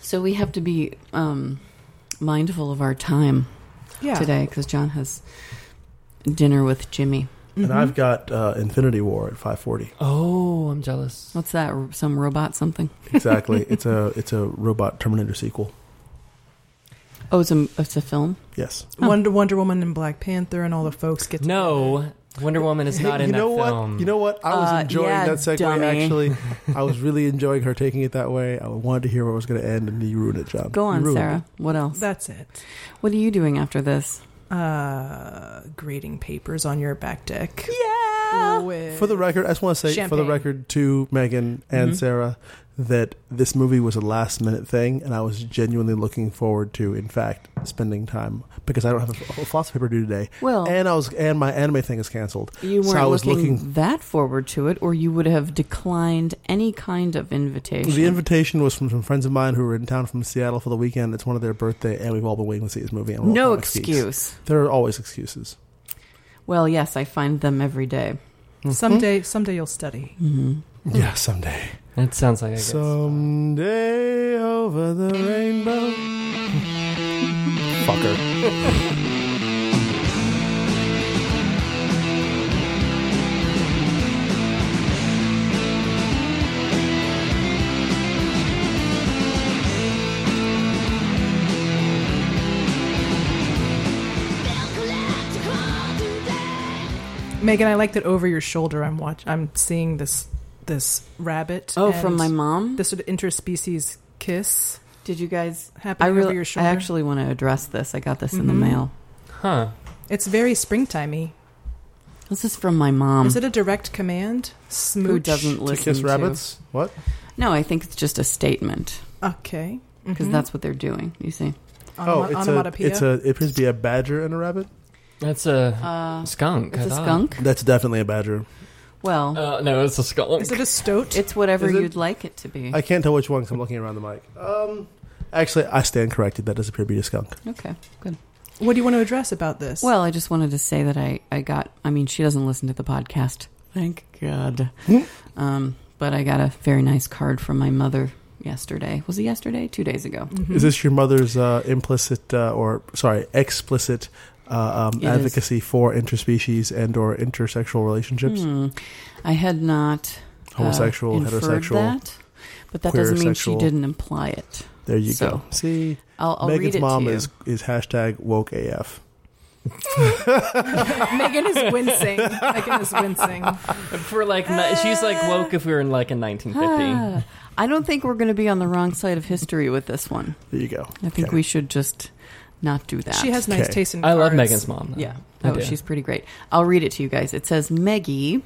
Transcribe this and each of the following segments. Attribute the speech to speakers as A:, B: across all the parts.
A: So we have to be um, mindful of our time
B: Yeah.
A: today because John has dinner with Jimmy.
C: And I've got uh, Infinity War at 5:40.
B: Oh, I'm jealous.
A: What's that? r- Some robot something?
C: Exactly. it's a it's a robot Terminator sequel.
A: Oh, it's a it's a film.
C: Yes.
A: Oh.
D: Wonder Wonder Woman and Black Panther and all the folks get together.
B: No, Wonder Woman is not
C: you
B: in that
C: know what?
B: film.
C: You know what? I was
A: Uh,
C: enjoying
A: yeah,
C: that segue.
A: dummy.
C: Actually, I was really enjoying her taking it that way. I wanted to hear where it was going to end, and you ruined it, John.
A: Go
C: You
A: on,
C: ruined
A: Sarah. What else?
D: That's it.
A: What are you doing after this?
D: Uh, grading papers on your back deck.
A: Yeah.
D: With
C: it. For the record, I just want to say, for the
D: Champagne.
C: record, to Megan and
A: Mhm.
C: Sarah, that this movie was a last minute thing, and I was genuinely looking forward to, in fact, spending time because I don't have a, a philosophy paper due today,
A: Well,
C: and I was and my anime thing is canceled.
A: you
C: so
A: weren't
C: I was
A: looking,
C: looking-
A: that forward to it, or you would have declined any kind of invitation.
C: The invitation was from some friends of mine who were in town from Seattle for the weekend. It's one of their birthday, and we've all been waiting to see this movie. And we're all
A: no
C: kind of geeks.
A: excuse.
C: There are always excuses.
A: Well, yes, I find them every day.
D: someday, someday you'll study.
A: Mm-hmm.
C: Mm-hmm. Yeah, someday.
B: That sounds like a good
C: Someday over the rainbow. Fucker.
D: Megan, I like that over your shoulder. I'm watch. I'm seeing this this rabbit.
A: Oh,
D: and
A: from my mom.
D: this sort of interspecies kiss
A: Did you guys? I
D: happening over
A: really,
D: your
A: I
D: shoulder.
A: actually want to address this. I got this in the
D: Mhm.
A: mail.
B: Huh.
D: it's very springtimey.
A: This is from my mom,
D: Is it a direct command? Smooch.
A: Um, who doesn't
C: To
A: listen
C: kiss rabbits? What?
A: No, I think it's just a statement
D: Okay.
A: because
C: Mm-hmm.
D: Mhm.
A: that's Oh, what they're doing. You see,
C: oh,
D: Onoma-
C: it's a,
D: onomatopoeia.
C: it's a, it appears to be a badger and a rabbit.
B: That's a
A: uh,
B: skunk.
A: it's
B: I
A: a
B: thought.
A: skunk.
C: That's definitely a badger.
A: Well,
B: Uh, no, it's a skunk.
D: Is it a stoat?
A: it's whatever
C: is it-
A: you'd like it to be.
C: I can't tell which one because I'm looking around the mic. Um, actually, I stand corrected. That does appear to be a skunk.
A: okay, good.
D: what do you want to address about this?
A: Well, I just wanted to say that I, I got, I mean, she doesn't listen to the podcast. Thank God.
C: Hmm?
A: um, but I got a very nice card from my mother yesterday. Was it yesterday? Two days ago.
D: Mhm.
C: Is this your mother's uh, implicit uh, or sorry explicit uh, um,
A: It is.
C: advocacy for interspecies and or intersexual relationships?
A: Hmm. I had not uh,
C: Homosexual,
A: inferred
C: heterosexual.
A: that, but that
C: queer,
A: doesn't mean
C: sexual.
A: she didn't imply it.
C: There you
A: So,
C: go. See,
A: I'll, I'll read
C: Megan's
A: it
C: mom
A: to you.
C: is is hashtag woke AF.
D: Megan is wincing. Megan is wincing.
B: for like ni- she's like woke if we were in like in 1950.
A: Ah, I don't think we're going to be on the wrong side of history with this one.
C: There you go.
A: I think
C: Okay.
A: we should just not do that.
D: She has nice
C: Okay.
D: taste in
B: I love
D: cards.
B: Megan's mom. though.
A: Yeah.
B: I
A: Oh,
B: do.
A: she's pretty great. I'll read it to you guys. It says, Meggie,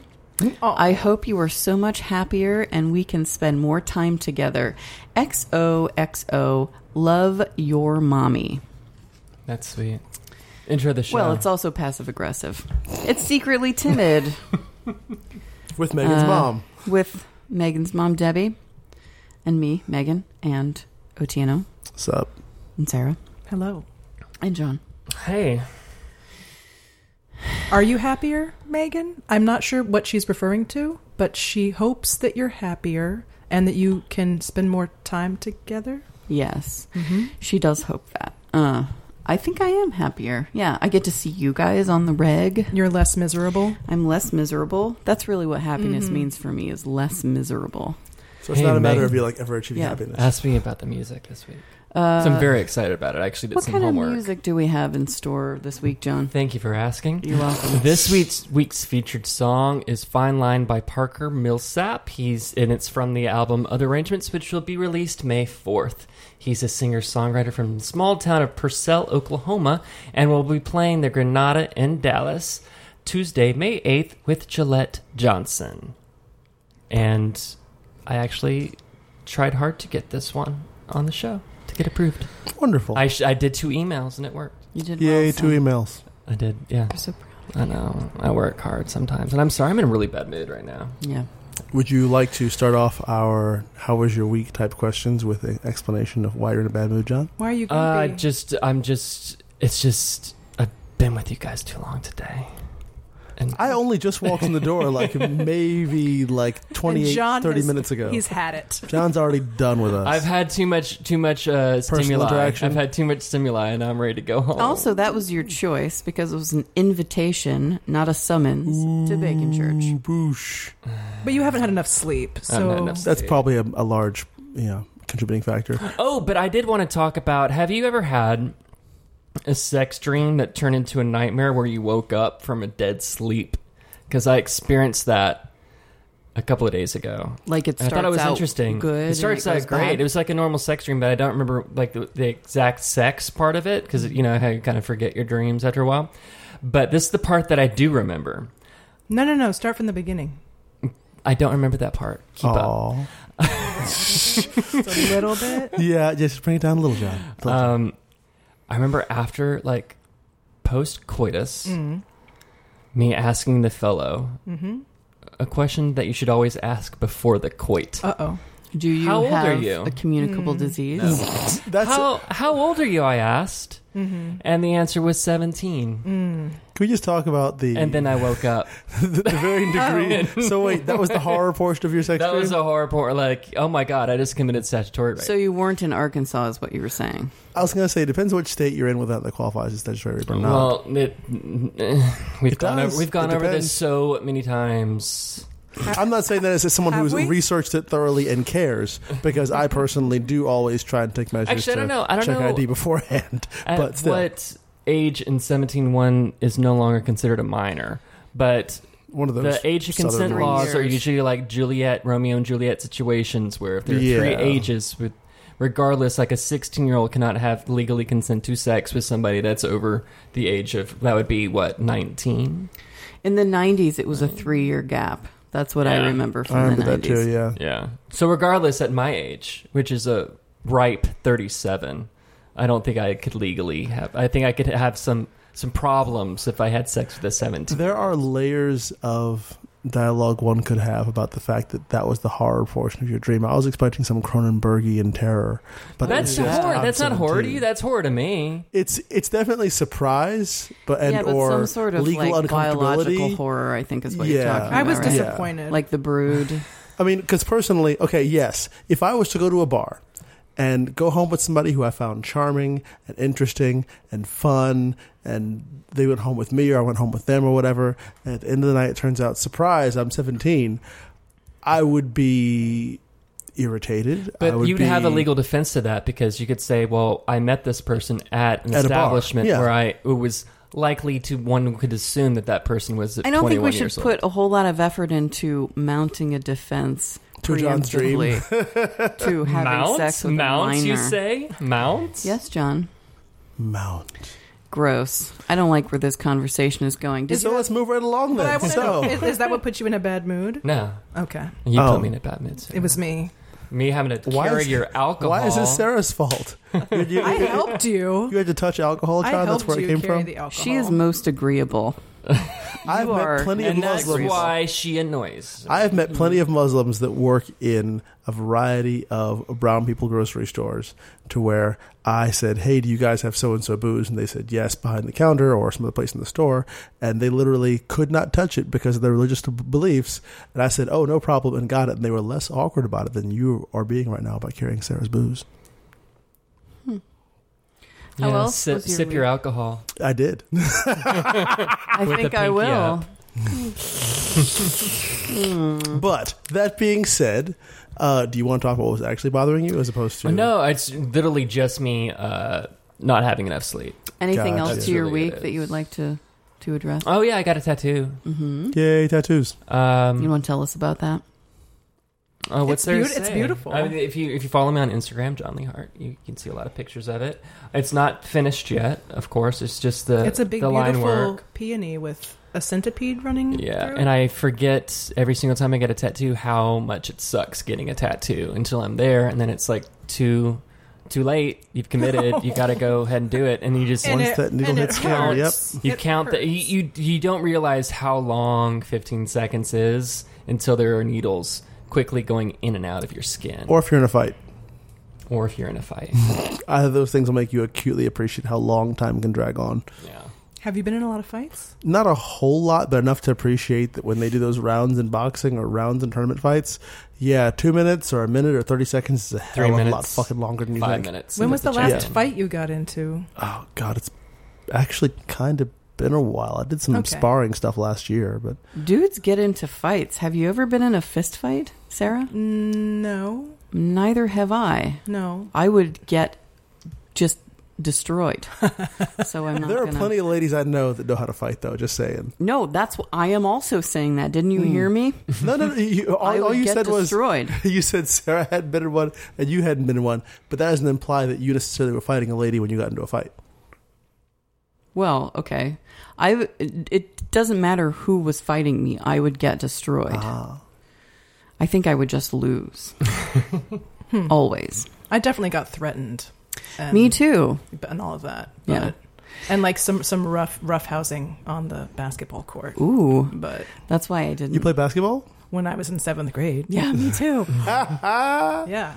D: Oh.
A: I hope you are so much happier and we can spend more time together. XOXO, love your mommy.
B: That's sweet. Intro the show.
A: Well, it's also passive aggressive. It's secretly timid
C: with Megan's
A: Uh,
C: mom.
A: with Megan's mom, Debbie, and me, Megan, and Otieno,
C: What's up?
A: and Sarah,
D: Hello.
A: and John.
B: hey.
D: Are you happier, Megan? I'm not sure what she's referring to, but she hopes that you're happier and that you can spend more time together.
A: Yes,
D: Mm-hmm.
A: she does hope that. Uh, I think I am happier. Yeah, I get to see you guys on the reg.
D: You're less miserable.
A: I'm less miserable. That's really what happiness
B: Mm-hmm.
D: Mhm.
A: means for me is less miserable.
C: So it's
B: Hey,
C: not a matter
B: Megan.
C: of you like ever achieving
A: Yeah.
C: happiness.
B: Ask me about the music this week.
A: Uh,
B: so I'm very excited about it. I actually did
A: what
B: some
A: kind
B: homework.
A: of music do we have in store this week, John?
B: Thank you for asking.
A: You're welcome.
B: This week's week's featured song is "Fine Line" by Parker Millsap. He's and it's from the album Other Arrangements, which will be released May fourth. He's a singer songwriter from the small town of Purcell, Oklahoma, and will be playing the Granada in Dallas Tuesday, May eighth, with Gillette Johnson. And I actually tried hard to get this one on the show to get approved.
C: Wonderful.
B: I sh- I did two emails and it worked.
A: You did
C: Yay,
A: well,
C: two
A: son.
C: emails.
B: I did, yeah.
A: I'm so proud.
B: I know. I work hard sometimes, and I'm sorry. I'm in a really bad mood right now.
A: Yeah.
C: Would you like to start off our "How was your week?" type questions with an explanation of why you're in a bad mood, John?
D: Why are you
B: Uh,
D: grumpy?
B: just, I'm just. It's just. I've been with you guys too long today. And
C: I only just walked in the door like maybe like 28, 30
D: has-
C: minutes ago.
D: He's had it.
C: John's already done with us.
B: I've had too much too much uh, stimuli.
C: interaction.
B: I've had too much stimuli, and I'm ready to go home.
A: Also, that was your choice because it was an invitation, not a summons, to Bacon Church.
C: Boosh.
D: But you haven't had enough sleep. So
B: not enough sleep.
C: That's probably a, a large, you know, contributing factor.
B: Oh, but I did want to talk about have you ever had a sex dream that turned into a nightmare where you woke up from a dead sleep? Because I experienced that a couple of days ago.
A: Like it
B: And I
A: starts
B: thought it was
A: out
B: interesting.
A: good. and
B: It starts
A: goes
B: out great.
A: bad.
B: It was like a normal sex dream, but I don't remember like the, the exact sex part of it because you know how you kind of forget your dreams after a while. But this is the part that I do remember.
D: No, no, no. Start from the beginning.
B: I don't remember that part. Keep up.
C: Aw.
D: Just a little bit.
C: Yeah, just bring it down a little, John.
B: Um, I remember after like post coitus,
D: Mm.
B: me asking the fellow
D: Mm-hmm.
B: a question that you should always ask before the coit.
D: Uh oh.
A: Do you
B: How old are
A: have
B: you? Mm.
A: a communicable disease?
C: That's.
B: how how old are you? I asked,
D: Mm-hmm.
B: and the answer was seventeen.
D: Mm.
C: can we just talk about the
B: And then I woke up.
C: the, the varying
D: Oh,
C: degree? So wait, that was the horror portion of your sex
B: that
C: dream?
B: was a horror porn. Like, oh my god, I just committed statutory rape.
A: So you weren't in Arkansas, is what you were saying.
C: I was going to say, it depends which state you're in, whether that qualifies as statutory rape or not.
B: well, it, eh, we've
C: It
B: gone
C: does.
B: over, we've gone
C: It
B: over
C: depends.
B: this so many times.
C: I'm not saying that as someone who's
D: Have we?
C: researched it thoroughly and cares, because I personally do always try and take measures
B: Actually, I
C: to
B: don't know. I don't
C: check
B: know.
C: ID beforehand.
B: At
C: but still,
B: what age in seventeen one is no longer considered a minor? But
C: one of those.
B: the age of
C: southern
B: consent
A: laws.
B: laws are
A: Years.
B: usually like Juliet, Romeo and Juliet situations where if there are three
C: Yeah.
B: ages with regardless, like a sixteen year old cannot have legally consent to sex with somebody that's over the age of that would be what, nineteen?
A: In the 90s, it was a three year gap. That's what
B: Yeah.
A: I remember from
C: I remember
A: the 90s.
C: that too. Yeah.
B: Yeah. So regardless at my age, which is a ripe thirty seven, I don't think I could legally have I think I could have some some problems if I had sex with a seventeen.
C: There are layers of dialogue one could have about the fact that that was the horror portion of your dream. I was expecting some Cronenbergian terror, but it
B: that's
C: was just,
B: horror.
C: I'm
B: That's not horror to
C: 17.
B: you. That's horror to me.
C: It's it's definitely surprise, but and
A: yeah, but
C: or
A: some sort of
C: legal
A: like biological
C: uncomfortability.
A: horror, I think, is what
C: Yeah.
A: you're
B: Oh,
A: talking
D: I
A: about.
D: was
A: right?
C: dis-
D: disappointed.
A: Like the brood.
C: I mean, because personally, okay, yes, if I was to go to a bar and go home with somebody who I found charming and interesting and fun, and they went home with me or I went home with them or whatever, and at the end of the night it turns out, surprise, I'm 17, I would be irritated. I
B: But
C: would
B: you'd
C: be-
B: have a legal defense to that because you could say, "Well, I met this person at an
C: At a bar,
B: establishment
C: yeah.
B: where I it was likely to one could assume that that person was."
A: I don't think
B: 21
A: we should
B: years old."
A: put a whole lot of effort into mounting a defense
C: To John's dream.
A: preemptively to having
B: mounts.
A: sex with
B: mounts,
A: a minor.
B: you say mounts?
A: Yes, John.
C: mount.
A: Gross. I don't like where this conversation is going. Did
C: So let's move right along
D: But I
C: then.
D: want to know,
C: So,
D: is, is that what put you in a bad mood?
B: No,
D: Okay.
B: you
C: Oh.
B: put me in a bad mood. Sarah.
D: It was me.
B: me having to
C: Why
B: carry
C: is-
B: your alcohol.
C: why is this Sarah's fault? You, you-
D: I
C: you-
D: helped you.
C: you had to touch alcohol,
D: I
C: John?
D: helped
C: That's where
D: you
C: it came
D: carry
C: from?
D: the alcohol.
A: she is most agreeable.
C: I've
A: You
C: met
A: are-
C: plenty of
B: And that's
C: Muslims.
B: why she annoys.
C: I have met plenty of Muslims that work in a variety of brown people grocery stores to where I said, Hey, do you guys have so and so booze? And they said, Yes, behind the counter or some other place in the store. And they literally could not touch it because of their religious b- beliefs. And I said, Oh, no problem, and got it. And they were less awkward about it than you are being right now about carrying Sarah's booze.
A: How
B: Yeah,
A: else
B: sip,
A: was your
B: sip
A: week?
B: your alcohol.
C: I did.
A: I
B: With
A: think
B: the
A: I
B: pinky
A: will.
B: up.
A: Mm-hmm. Hmm.
C: But that being said, uh, do you want to talk about what was actually bothering you as opposed to.
B: Uh, No, it's literally just me uh, not having enough sleep.
A: Anything
C: Gotcha.
A: else
C: That's
A: to your
B: really it
A: week that you would
B: is.
A: like to to address?
B: Oh yeah, I got a tattoo.
A: hmm
C: Yay, tattoos.
B: Um,
A: You want to tell us about that?
B: Oh, what's
D: It's
B: there? to
D: beaut- it's
B: say?
D: beautiful.
B: I mean, if you if you follow me on Instagram, John Lee Hart, you can see a lot of pictures of it. It's not finished yet, of course. It's just the
D: It's a big,
B: the line
D: beautiful
B: work.
D: peony with a centipede running
B: Yeah,
D: through
B: and
D: it.
B: I forget every single time I get a tattoo how much it sucks getting a tattoo until I'm there, and then it's like too too late. You've committed. you got to go ahead and do it, and you just
D: And
C: Once
D: it-
C: that needle
D: and
C: hits
D: it
C: skin, yep.
D: hurts.
B: you
D: It
B: count that
D: hurts.
B: you, you you don't realize how long 15 seconds is until there are needles quickly going in and out of your skin,
C: Or if you're in a fight.
B: or if you're in a fight.
C: Either of those things will make you acutely appreciate how long time can drag on.
B: yeah.
D: Have you been in a lot of fights?
C: Not a whole lot, but enough to appreciate that when they do those rounds in boxing or rounds in tournament fights, yeah, two minutes or a minute or 30 seconds is a hell
B: Three
C: of a lot
B: minutes.
C: fucking longer than you
B: Five
C: think.
B: minutes.
D: when
B: and
D: was the
B: get
D: last
B: check-in.
D: fight you got into?
C: Oh, God, it's actually kind of been a while. I did some
D: Okay.
C: sparring stuff last year, but
A: Dudes get into fights. Have you ever been in a fist fight, Sarah?
D: No,
A: Neither have I.
D: no.
A: I would get just destroyed. so I'm not
C: there are
A: gonna...
C: plenty of ladies I know that know how to fight, though, just saying.
A: No, that's what I am also saying that. Didn't you hear me?
C: No, no, no you, Hmm. all,
A: I would
C: all you
A: get
C: said was.
A: destroyed.
C: You said Sarah had been in one and you hadn't been in one, but that doesn't imply that you necessarily were fighting a lady when you got into a fight.
A: Well, okay. I w- it doesn't matter who was fighting me. I would get destroyed.
C: Ah.
A: I think I would just lose. Always.
D: I definitely got threatened.
C: Hmm.
D: And,
A: Me too.
D: And all of that.
A: Yeah.
D: but- And like some some rough rough housing on the basketball court.
A: Ooh,
D: But
A: that's why I didn't.
C: You play basketball?
D: when I was in seventh grade,
A: yeah, me too.
D: yeah. And
A: Yeah.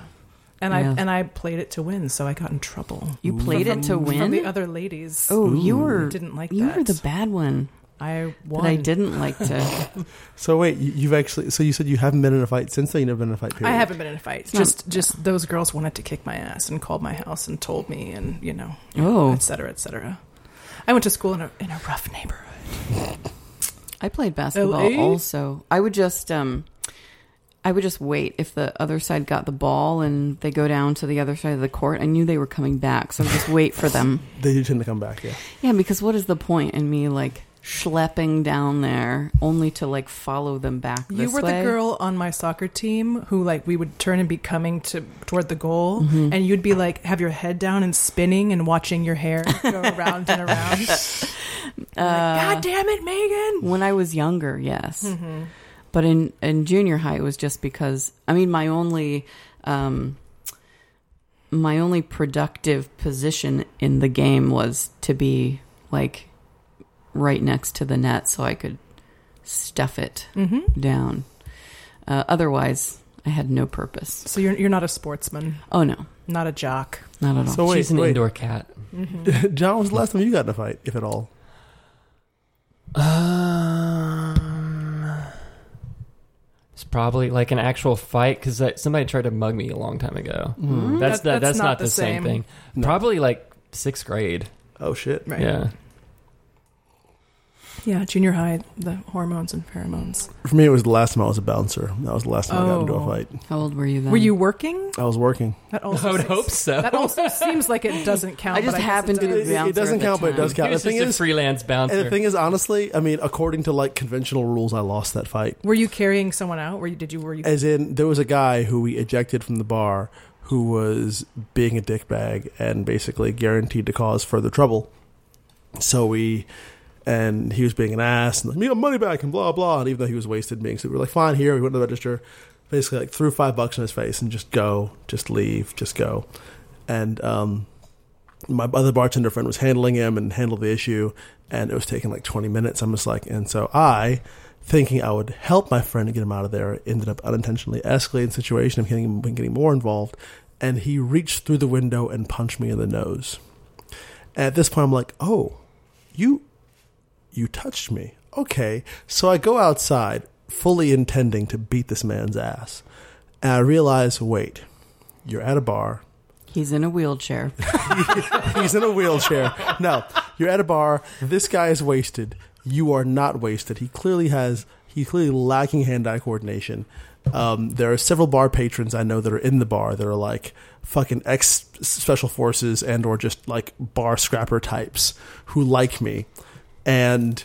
D: I and I played it to win, so I got in trouble.
A: You played it to
D: From the
A: win.
D: other ladies.
A: Oh, you were
D: Didn't like
A: you
D: that.
A: were the bad one
D: I
A: that
D: won.
A: I didn't like to.
C: So wait, you, you've actually so you said you haven't been in a fight since then. You've never been in a fight. Period.
D: I haven't been in a fight.
A: not-
D: Just just those girls wanted to kick my ass and called my house and told me and you know
A: Oh,
D: et cetera, et cetera. I went to school in a in a rough neighborhood.
A: I played basketball
D: LA?
A: also. I would just um I would just wait if the other side got the ball and they go down to the other side of the court. I knew they were coming back, so I would just wait for them.
C: They do tend to come back. Yeah.
A: Yeah, because what is the point in me like schlepping down there only to like follow them back?
D: You
A: this
D: were
A: way?
D: the girl on my soccer team who like we would turn and be coming to toward the goal
A: Mm-hmm.
D: and you'd be like have your head down and spinning and watching your hair go around and around.
A: Uh.
D: Like, Oh God Hmm. damn it, Megan. Mm-hmm.
A: When I was younger, yes. But in, in junior high, it was just because, I mean, my only, um, my only productive position in the game was to be like right next to the net so I could stuff it
D: Mm-hmm.
A: down. Uh, otherwise, I had no purpose.
D: So you're you're not a sportsman,
A: Oh, no,
D: not a jock.
A: not at all.
C: So Oh, wait,
B: She's an
C: wait.
B: indoor cat.
C: John, when was the last time you got in a fight, if at all?
B: Um, it's probably like an actual fight because somebody tried to mug me a long time ago. That's,
D: That-
B: that,
D: that's
B: that's
D: not
B: not,
D: the
B: the, same,
D: same.
B: thing.
C: Mm-hmm. No.
B: Probably like sixth grade.
C: Oh shit!
D: Right.
B: Yeah.
D: Yeah, junior high, the hormones and pheromones.
C: For me, it was the last time I was a bouncer. That was the last time I got into a
D: Oh.
C: fight.
A: How old were you then?
D: Were you working?
C: I was working.
D: That
B: I would hope so.
D: That also seems like it doesn't count.
A: I just
D: but guess
A: happened to
D: it
A: be
D: does.
C: It- it
A: bouncer
C: doesn't
A: at the
C: count, but it
A: time.
C: does count.
B: He was
C: The thing
B: just a
C: is-
B: freelance bouncer.
C: And the thing is, honestly, I mean, according to like conventional rules, I lost that fight.
D: Were you carrying someone out? Were you? Did you? Were you?
C: As in, there was a guy who we ejected from the bar who was being a dickbag and basically guaranteed to cause further trouble. So we, and he was being an ass and like, me got money back and blah, blah. And even though he was wasted being, so we were like, fine, here. We went to the register, basically like threw five bucks in his face and just go, just leave, just go. And, um, my other bartender friend was handling him and handled the issue, and it was taking like 20 minutes. I'm just like, and so I, thinking I would help my friend and get him out of there, ended up unintentionally escalating the situation. I'm getting, been getting more involved, and he reached through the window and punched me in the nose. And at this point, I'm like, oh, you, you touched me. Okay. So I go outside, fully intending to beat this man's ass. And I realize, wait, you're at a bar
A: He's in a wheelchair.
C: he's in a wheelchair. No, you're at a bar. This guy is wasted. You are not wasted. He clearly has. He's clearly lacking hand-eye coordination. Um, there are several bar patrons I know that are in the bar that are like fucking ex special forces and or just like bar scrapper types who like me, and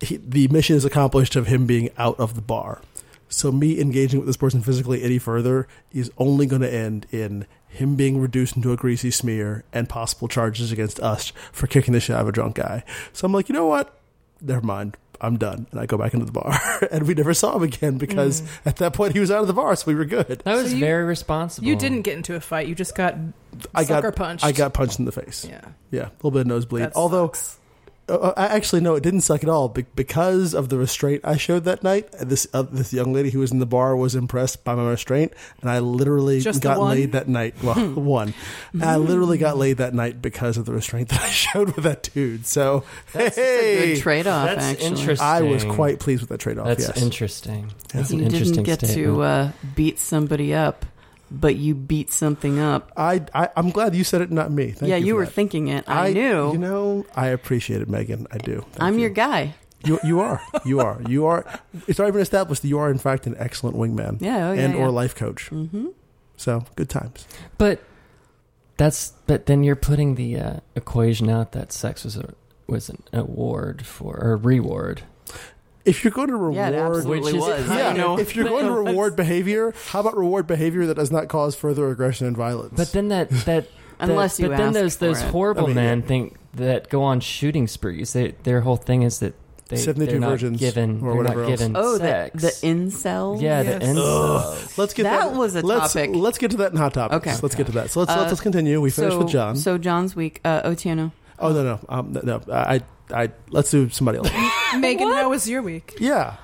C: he, the mission is accomplished of him being out of the bar. So me engaging with this person physically any further is only going to end in him being reduced into a greasy smear and possible charges against us for kicking the shit out of a drunk guy. So I'm like, you know what? Never mind. I'm done. And I go back into the bar. and we never saw him again because
D: Mm.
C: at that point he was out of the bar, so we were good.
B: that was
D: So you-
B: very responsible.
D: You didn't get into a fight. You just got
C: I
D: sucker
C: got
D: punched.
C: I got punched in the face.
D: Yeah.
C: Yeah, a little bit of nosebleed.
D: that
C: Although
D: sucks.
C: Uh, I actually no, it didn't suck at all be- because of the restraint I showed that night. This uh, this young lady who was in the bar was impressed by my restraint, and I literally
D: Just the
C: got
D: one?
C: laid that night. Well,
A: Hmm.
C: one, And I literally got laid that night because of the restraint that I showed with that dude. So
B: That's a
C: hey,
A: Good trade off,
B: That's
A: actually.
B: interesting.
C: I was quite pleased with that trade off.
B: That's
C: Yes,
B: interesting. That's
A: You
B: an interesting
A: didn't get
B: statement.
A: to uh, beat somebody up, but you beat something up.
C: I, I I'm glad you said it, not me. Thank
A: yeah, you,
C: for
A: were
C: that.
A: thinking it. I, knew.
C: You know, I appreciate it, Megan. I do. Thank
A: I'm
C: you.
A: your guy.
C: You, you are. You are. You are. It's already been established that you are, in fact, an excellent wingman
A: Yeah, oh, yeah,
C: and
A: yeah.
C: or life coach.
A: Mhm.
C: So good times.
B: But that's but then you're putting the uh, equation out that sex was a was an award for or reward.
C: If you're going to
A: Yeah,
C: reward,
A: it absolutely
B: Which is
A: was.
B: kind
A: I
C: yeah,
B: of-
A: know.
C: if you're going to reward behavior, how about reward behavior that does not cause further aggression and violence?
B: But then that that
A: Unless
B: that,
A: you
B: but then
A: ask
B: those
A: for
B: those
A: it.
B: horrible
C: I mean,
B: men think that go on shooting sprees. They, their whole thing is that they
C: 72
B: they're not
C: virgins or
B: given they're
C: whatever
B: not
C: else.
B: given
A: Oh, the,
B: sex.
A: the incels?
B: yeah,
D: Yes.
B: the incels.
C: let's get that,
A: That was a
C: let's,
A: topic.
C: Let's get to that in hot topics.
A: Okay.
C: let's get to that. So let's let's,
A: Uh,
C: let's continue. We finished
A: so,
C: with John.
A: So John's week. Uh, Otiano.
C: oh no no um, no, no I I let's do somebody else.
D: Megan, how was your week?
C: yeah.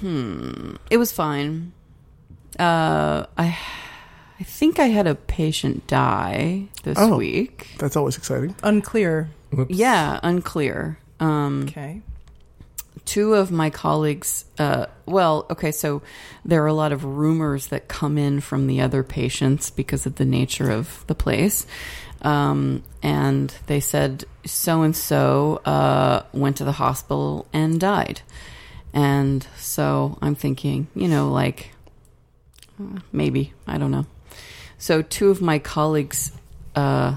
A: Hmm. It was fine. Uh, I, I think I had a patient die this
C: Oh.
A: week.
C: That's always exciting.
D: Unclear.
B: Whoops.
A: Yeah, unclear. Um,
D: Okay.
A: two of my colleagues uh, well okay so there are a lot of rumors that come in from the other patients because of the nature of the place um, and they said so and so uh, went to the hospital and died and so i'm thinking you know like uh, maybe i don't know so two of my colleagues uh,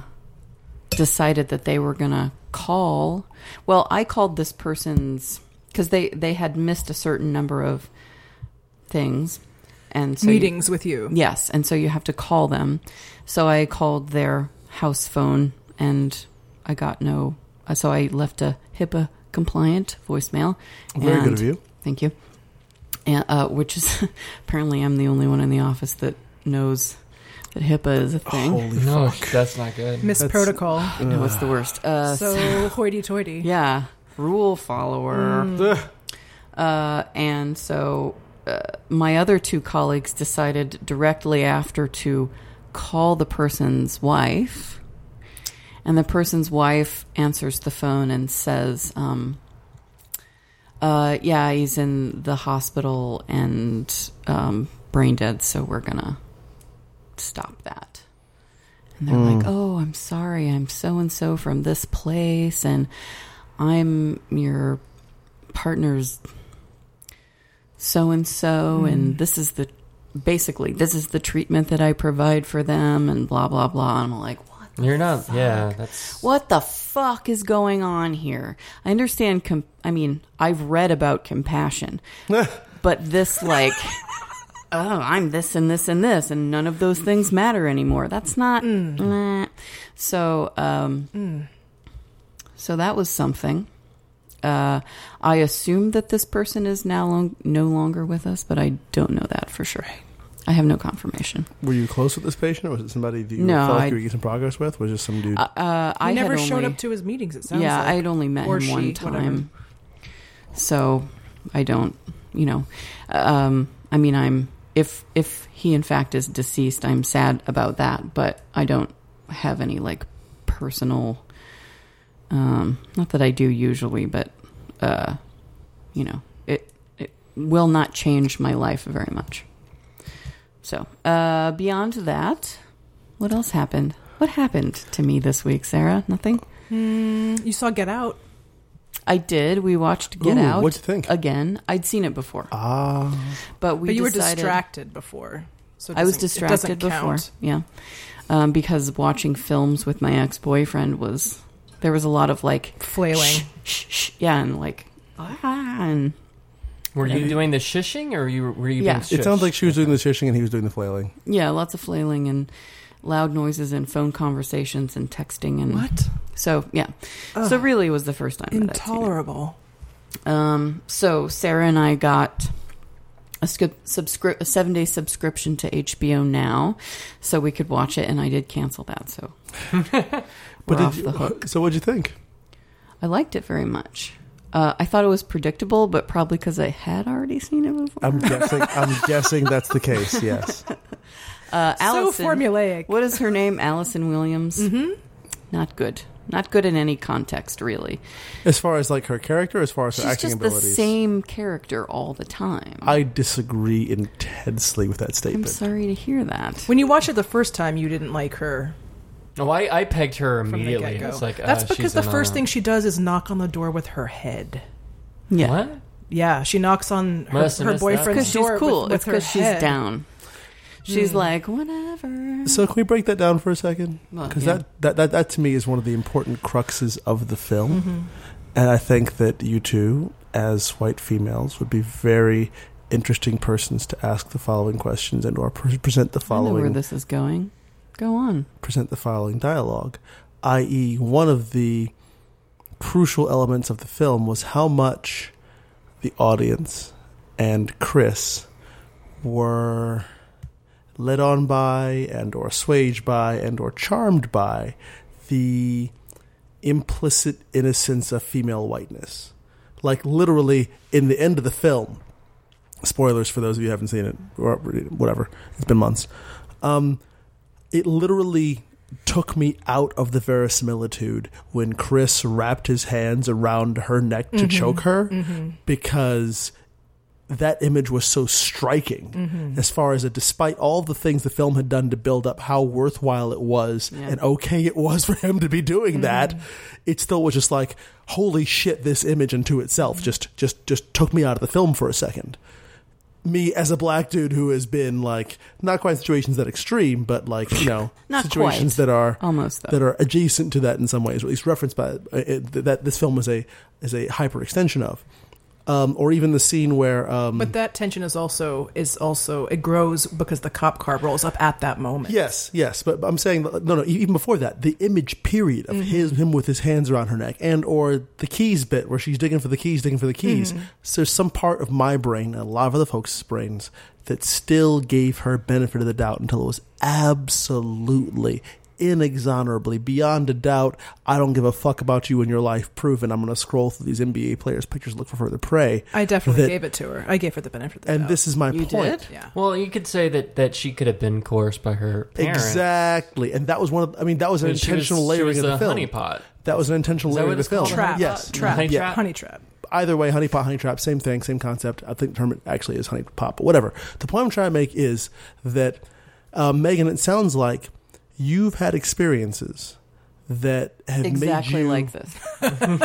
A: decided that they were going to call. Well, I called this person's because they they had missed a certain number of things, and so you-
D: Meetings with you.
A: yes, and so you have to call them. So I called their house phone, and I got no. uh, So I left a HIPAA compliant voicemail.
C: Very good
A: and-
C: of you.
A: Thank you. And, uh, which is apparently I'm the only one in the office that knows that HIPAA is a thing.
C: Holy
B: No,
C: fuck.
B: that's not good.
D: Miss
C: That's-
D: Protocol.
A: I know it's the worst. Uh,
D: so hoity toity.
A: Yeah, rule follower. Uh, and so uh, my other two colleagues decided directly after to call the person's wife. And the person's wife answers the phone and says, um, uh, Yeah, he's in the hospital and um, brain dead, so we're going to stop that. And they're like, "Oh, I'm sorry. I'm so and so from this place and I'm your partner's so and so and this is the basically this is the treatment that I provide for them and blah blah blah." And I'm like, "What the
B: You're not. Yeah, that's
A: what the fuck is going on here? I understand. Com- I mean, I've read about compassion, but this, like, oh, I'm this and this and this, and none of those things matter anymore. That's not.
D: Mm.
A: Nah. So, um, so that was something. Uh, I assume that this person is now long- no longer with us, but I don't know that for sure. I have no confirmation.
C: Were you close with this patient, or was it somebody that you
A: No,
C: felt
A: I-
C: like you were getting progress with? Was it some dude?
A: Uh, uh,
D: He
A: I had
D: never showed
A: only-
D: up to his meetings, it sounds
A: yeah,
D: like.
A: I had only met
D: Or
A: him
D: she,
A: one
D: whatever.
A: time, so I don't. You know, um, I mean, I'm if if he in fact is deceased, I'm sad about that, but I don't have any like personal. Um, not that I do usually, but uh, you know, it it will not change my life very much. So uh, beyond that, what else happened? What happened to me this week, Sarah? Nothing.
D: Hmm, You saw Get Out.
A: I did. We watched Get
C: Ooh,
A: Out. Uh,
C: what'd you think?
A: Again, I'd seen it before,
C: Ah,
A: but we
D: but you were
A: decided-
D: distracted before. So it
A: I was
D: doesn't- it
A: distracted
D: doesn't
A: before.
D: count.
A: Yeah, um, because watching films with my ex boyfriend was there was a lot of like
D: Flailing.
A: shh, shh, shh, yeah, and like ah, and
B: Were you doing the shishing, or you were you?
A: Yeah.
B: being
C: it sounds
B: shushed?
C: like she was doing the shishing and he was doing the flailing.
A: yeah, lots of flailing and loud noises and phone conversations and texting and
D: What?
A: so yeah. So really, it was the first time that I'd seen it.
D: Intolerable.
A: Um, so Sarah and I got a, scrip- subscri- a seven day subscription to HBO Now, so we could watch it, and I did cancel that. So we're
C: But
A: off
C: did you,
A: the hook.
C: so what'd you think?
A: I liked it very much. Uh, I thought it was predictable, but probably because I had already seen it before.
C: I'm guessing. I'm guessing that's the case. Yes.
A: Uh, Allison,
D: so formulaic.
A: what is her name? Allison Williams.
C: Mm-hmm.
D: Mhm.
A: Not good. Not good in any context, really.
C: As far as like her character, as far as her
A: She's
C: acting
A: just the
C: abilities,
A: same character all the time.
C: I disagree intensely with that
A: I'm
C: statement.
A: sorry to hear that.
D: When you watched it the first time, you didn't like her
B: No, I, I pegged her
D: from the
B: immediately.
D: get go.
B: It's like
D: That's
B: uh,
D: because
B: she's
D: the
B: an
D: first
B: unknown.
D: thing she does is knock on the door with her head.
A: Yeah.
B: What?
D: Yeah, she knocks on her,
B: Must have
D: her
B: missed that one.
D: boyfriend's
A: Because she's
D: door
A: cool.
D: with, with
A: it's
D: her
A: because she's
D: head. Hmm.
A: down. She's like, whatever.
C: So can we break that down for a second?
A: Well,
C: Because
A: yeah.
C: that, that, that that to me is one of the important cruxes of the film,
A: Mm-hmm.
C: and I think that you two, as white females, would be very interesting persons to ask the following questions and or pre- present the
A: I know where
C: following
A: this is going. Go on.
C: present the following dialogue, i.e., one of the crucial elements of the film was how much the audience and Chris were led on by and or assuaged by and or charmed by the implicit innocence of female whiteness. Like literally in the end of the film, spoilers for those of you who haven't seen it or whatever, it's been months. Um, it literally took me out of the verisimilitude when Chris wrapped his hands around her neck to choke her because that image was so striking
A: Mm-hmm.
C: as far as a despite all the things the film had done to build up how worthwhile it was
A: Yeah. Mm-hmm.
C: and okay it was for him to be doing that it still was just like holy shit this image unto itself just just just took me out of the film for a second me as a black dude who has been like not quite situations that extreme, but like you know
A: Not
C: situations
A: quite. Oh
C: that are
A: Almost, though.
C: that are adjacent to that in some ways, or at least referenced by it, it, that this film is a is a hyper extension of, um, or even the scene where um,
D: But that tension is also is also it grows because the cop car rolls up at that moment.
C: Yes, yes, but but I'm saying no, no. e- Even before that, the image period
B: Mm-hmm.
C: of his him with his hands around her neck, and or the keys bit where she's digging for the keys, digging for the keys.
B: Mm-hmm.
C: So there's some part of my brain and a lot of other folks' brains that still gave her benefit of the doubt until it was absolutely inexonerably beyond a doubt i don't give a fuck about you and your life proven i'm going to scroll through these nba players pictures look for further prey
D: I definitely
C: That-
D: gave it to her. I gave her the benefit of the
C: and
D: doubt.
C: this is my
A: You
C: point
A: did?
D: yeah.
B: Well, you could say that, that she could have been coerced by her parents.
C: exactly and that was one of i mean that was an
B: And she
C: intentional
B: was- she
C: layering of
B: was
C: the
B: a
C: film
B: honeypot.
C: That was an intentional
B: Is that
C: layer of
B: what
C: the
B: it's
C: film.
B: called?
D: Trap,
C: Yes.
D: trap,
B: Honey
D: honey
B: trap?
D: trap, honey trap.
C: Either way, honey pot, honey trap, same thing, same concept. I think the term actually is honey pot, but whatever. The point I'm trying to make is that, uh, Megan, it sounds like you've had experiences that have made
A: Exactly
C: you
A: like this.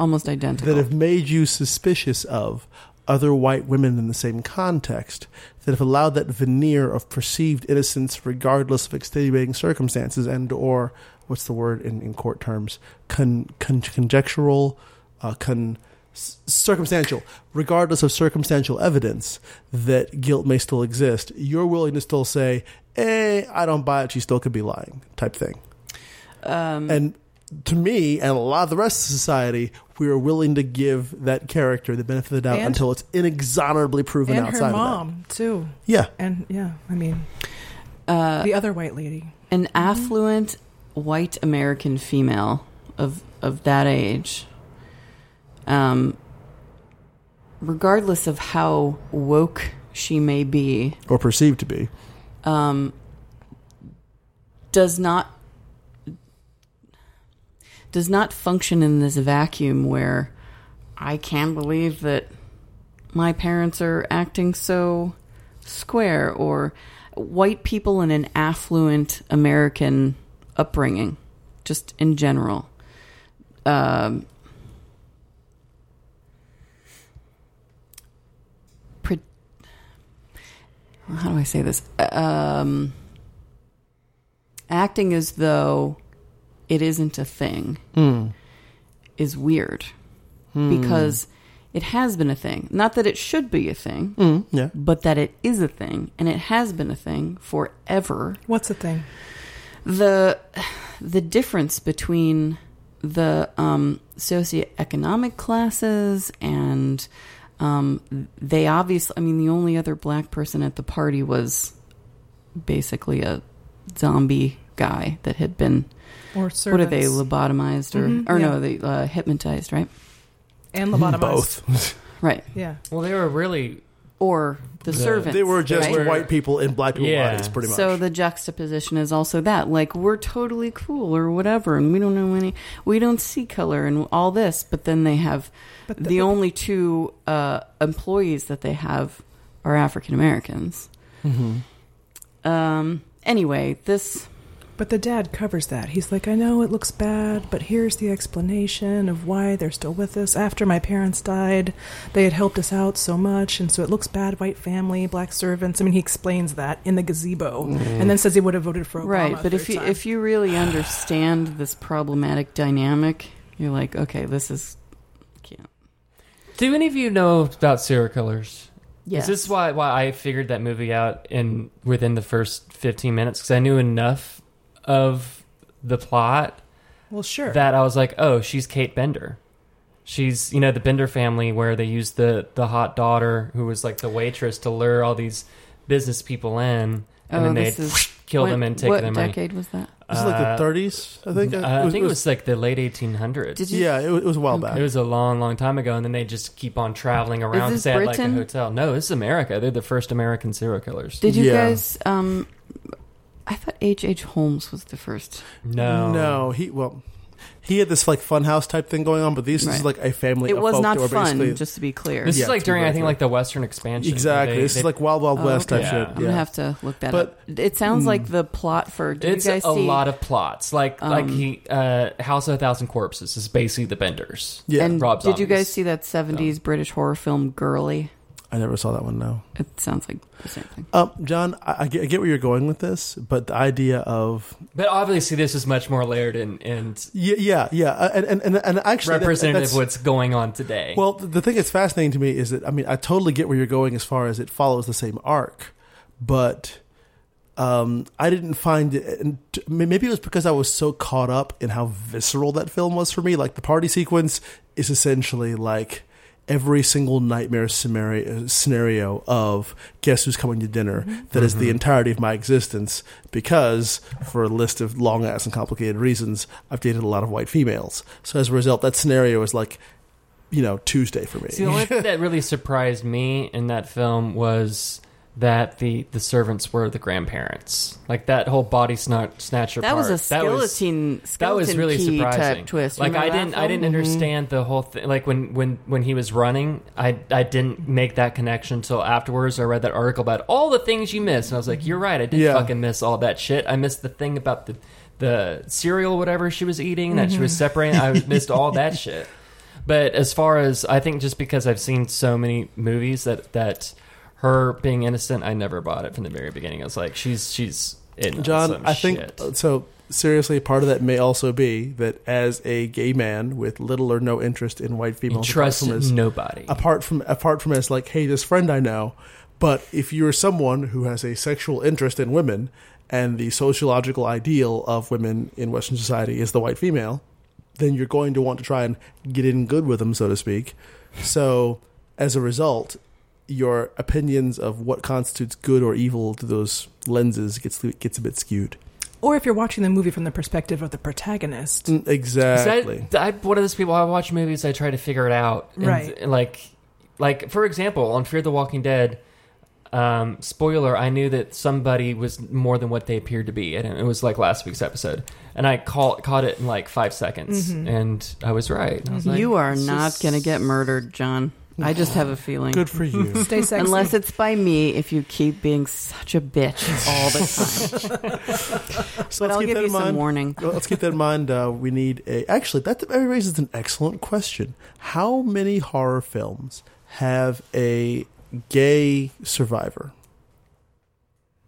A: Almost identical.
C: that have made you suspicious of other white women in the same context that have allowed that veneer of perceived innocence regardless of extenuating circumstances and or what's the word in, in court terms con, con conjectural uh, con s- circumstantial regardless of circumstantial evidence that guilt may still exist you're willing to still say eh i don't buy it she still could be lying type thing
A: Mm-hmm. Um,
C: and to me and a lot of the rest of society, we are willing to give that character the benefit of the doubt
D: And-
C: until it's inexonerably proven
D: And
C: outside
D: her
C: of that.
D: mom too.
C: Yeah.
D: And yeah, I mean
A: Uh,
D: the other white lady.
A: An affluent white American female of of that age, um, regardless of how woke she may be,
C: Or perceived to be.
A: does not does not function in this vacuum where I can't believe that my parents are acting so square or white people in an affluent American upbringing, just in general. Um, pre- how do I say this? Um, acting as though it isn't a thing is weird because it has been a thing. Not that it should be a thing,
C: Mm,
B: Mm-hmm.
C: yeah.
A: but that it is a thing and it has been a thing forever.
D: What's the thing?
A: The the difference between the um, socioeconomic classes and um, they obviously, I mean, the only other black person at the party was basically a zombie guy that had been
D: Or
A: what are they
D: servants.
A: lobotomized or
D: Mhm,
A: or
D: yeah.
A: no they uh, hypnotized right
D: and lobotomized.
C: Both.
A: right
D: Yeah.
B: Well, they were really
A: or the,
B: The-
A: servants
C: they were just
A: right?
B: were-
C: white people in black people
B: Yeah.
C: bodies, pretty much.
A: So the juxtaposition is also that, like we're totally cool or whatever, and we don't know any, we don't see color and all this. But then they have
D: But
A: the,
D: the-
A: only two uh, employees that they have are African Americans.
B: Mm-hmm.
A: Um. Anyway, this
D: But the dad covers that. He's like, I know it looks bad, but here's the explanation of why they're still with us. After my parents died, they had helped us out so much, and so it looks bad. White family, black servants. I mean, he explains that in the gazebo, and then says he would have voted for Obama.
A: Mm-hmm. right, but if
D: third
A: you
D: time.
A: if you really understand this problematic dynamic, you're like, okay, this is can't.
B: Do any of you know about serial killers?
A: Yes.
B: Is this why why I figured that movie out in within the first fifteen minutes? Because I knew enough of the plot
D: well, sure,
B: that I was like, oh, she's Kate Bender. She's you know the Bender family where they used the the hot daughter who was like the waitress to lure all these business people in, and
A: Oh,
B: then they
A: this
B: would
A: is
B: kill
A: when-
B: them and take
A: what
B: their money.
A: decade was that?
C: this is like the 30s, I think.
B: Uh,
C: Uh,
B: I think it was like the late eighteen hundreds.
A: Did you?
C: yeah, it was, it was a while back.
B: It was a long, long time ago, and then they just keep on traveling around.
A: this
B: They had like a
A: Britain?
B: hotel. No, this is America. They're the first American serial killers.
A: Did you
C: Yeah.
A: guys? Um, I thought H. H. Holmes was the first.
B: no,
C: no, he well, he had this like funhouse type thing going on, but this
A: Right.
C: is like a family.
A: It
C: of
A: was
C: folk
A: not
C: that were
A: fun,
C: basically-
A: just to be clear.
B: This
C: Yeah,
B: is like
C: to be
B: during, I
C: very
B: think,
C: clear.
B: like the Western expansion. where
C: exactly.
B: they-
C: this
B: they-
C: is like Wild Wild
A: Oh,
C: West
B: okay.
C: type
B: Yeah. mm,
C: shit.
A: I'm
C: Yeah.
A: gonna have to look that
C: But-
A: up. It sounds like the plot for. Did
B: it's
A: you guys
B: a
A: see?
B: lot of plots. Like
A: Um,
B: like he uh, House of a Thousand Corpses is basically the Benders.
C: yeah.
A: and
B: Rob
A: did you
B: Zombies.
A: guys see that '70s British horror film Girly?
C: I never saw that one. No,
A: It sounds like the same thing.
C: um, John, I, I get, I get where you're going with this, but the idea of
B: But obviously, this is much more layered and, and
C: yeah, yeah, yeah, uh, and and and, and actually, that-
B: representative
C: that's-
B: of what's going on today.
C: Well, th- the thing that's fascinating to me is that I mean I totally get where you're going as far as it follows the same arc, but um, I didn't find it. And t- maybe it was because I was so caught up in how visceral that film was for me. Like the party sequence is essentially like every single nightmare scenario, scenario of guess who's coming to dinner that is the entirety of my existence because for a list of long ass and complicated reasons i've dated a lot of white females so as a result that scenario is like you know tuesday for me
B: See, the only thing that really surprised me in that film was that the the servants were the grandparents. Like that whole body snot, snatcher.
A: That was a
B: part, that was-
A: skeleton.
B: That
A: skeleton
B: was really
A: key
B: surprising.
A: type twist.
B: Like I
A: Remember that
B: didn't, I
A: film? Mm-hmm.
B: didn't understand the whole thing. Like when, when, when he was running, I, I didn't make that connection until afterwards. I read that article about all the things you missed, and I was like, "You're right. I did
C: Yeah.
B: fucking miss all that shit. I missed the thing about the, the cereal, whatever she was eating, that she was
A: Mm-hmm.
B: separating. I missed all that shit." But as far as I think, just because I've seen so many movies that that her being innocent, I never bought it from the very beginning. I was like, she's she's in on
C: John,
B: some
C: I think
B: shit.
C: so. Seriously, part of that may also be that as a gay man with little or no interest in white
B: You
C: females,
B: trust
C: apart from as,
B: nobody.
C: apart from apart from as like, hey, this friend I know. But if you're someone who has a sexual interest in women and the sociological ideal of women in Western society is the white female, then you're going to want to try and get in good with them, so to speak. So as a result, your opinions of what constitutes good or evil to those lenses gets gets a bit skewed.
D: or if you're watching the movie from the perspective of the protagonist,
A: Mm-hmm.
C: Mm, Exactly.
B: So I, I, one of those people. I watch movies. I try to figure it out. And,
D: Right.
B: Like, like for example, on Fear the Walking Dead. Um, spoiler: I knew that somebody was more than what they appeared to be, and it was like last week's episode. And I call, caught it in like five seconds, and I was right. And I was like,
A: You are
B: this
A: not
B: is-
A: gonna get murdered, John. I just have a feeling.
C: Good for you.
D: stay sexy.
A: Unless it's by me, if you keep being such a bitch all the time.
C: so
A: but
C: let's
A: I'll
C: keep
A: give
C: that
A: you
C: in
A: some
C: mind.
A: warning.
C: Well, let's keep that in mind. Uh, we need a. Actually, that that raises an excellent question. How many horror films have a gay survivor?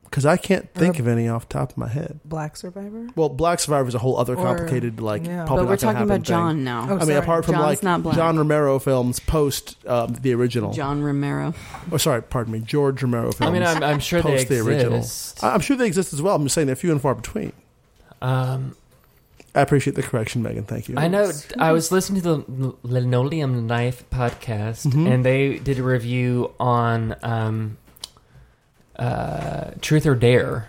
C: Because I can't think of any off the top of my head.
D: black survivor.
C: Well, black survivor is a whole other
D: Or-
C: complicated like.
D: yeah.
C: Probably
A: but we're
C: not gonna
A: talking about
C: happen
A: John
C: thing.
A: now.
D: Oh,
C: I mean,
D: sorry.
C: apart from
A: John's
C: like
A: not black.
C: John Romero films post um, the original.
A: John Romero.
C: Or sorry, pardon me, George Romero films.
B: I mean, I'm, I'm sure they
C: Post the
B: exist.
C: original. I- I'm sure they exist as well. I'm just saying they're few and far between.
B: Um,
C: I appreciate the correction, Megan. Thank you.
B: I know. I was listening to the Linoleum Knife podcast,
C: Mm-hmm.
B: and they did a review on um, uh, Truth or Dare,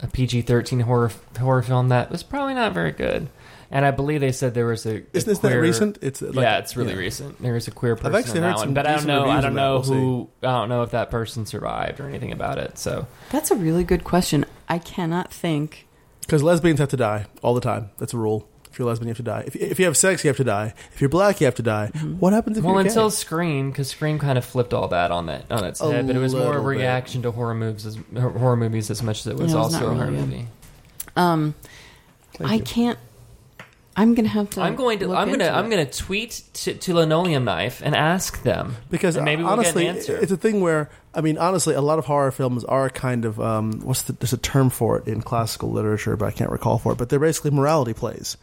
B: a PG thirteen horror horror film that was probably not very good. And I believe they said there was a, a
C: Isn't this that
B: queer-
C: recent? It's uh, like,
B: yeah, it's really
C: yeah.
B: recent. There is a queer person
C: actually
B: in that
C: heard
B: one,
C: some
B: but I don't
C: decent
B: know. I
C: reviews
B: don't
C: on
B: know
C: that. We'll
B: who. I don't know if that person survived or anything about it. So
A: That's a really good question. I cannot think.
C: Because lesbians have to die all the time. That's a rule. If you're a lesbian, you have to die. If, if you have sex, you have to die. If you're black, you have to die.
A: Mm-hmm.
C: What happens if
B: well,
C: you're gay?
B: until Scream, because Scream kind of flipped all that on that on its
C: A
B: head, but it was more a
C: little bit.
B: reaction to horror movies as horror movies as much as it was
A: Yeah, it was not
B: also a horror
A: really, yeah.
B: movie.
A: Um,
C: Thank
A: I
C: you.
A: can't. I'm gonna have to.
B: I'm going to
A: look
B: I'm gonna
A: into
B: I'm
A: it.
B: gonna tweet to, to Linoleum Knife and ask them
C: because
B: and maybe
C: uh,
B: we'll get an
C: honestly,
B: answer.
C: it's a thing where I mean, honestly, a lot of horror films are kind of um, what's the, there's a term for it in classical literature, but I can't recall for it. But they're basically morality plays,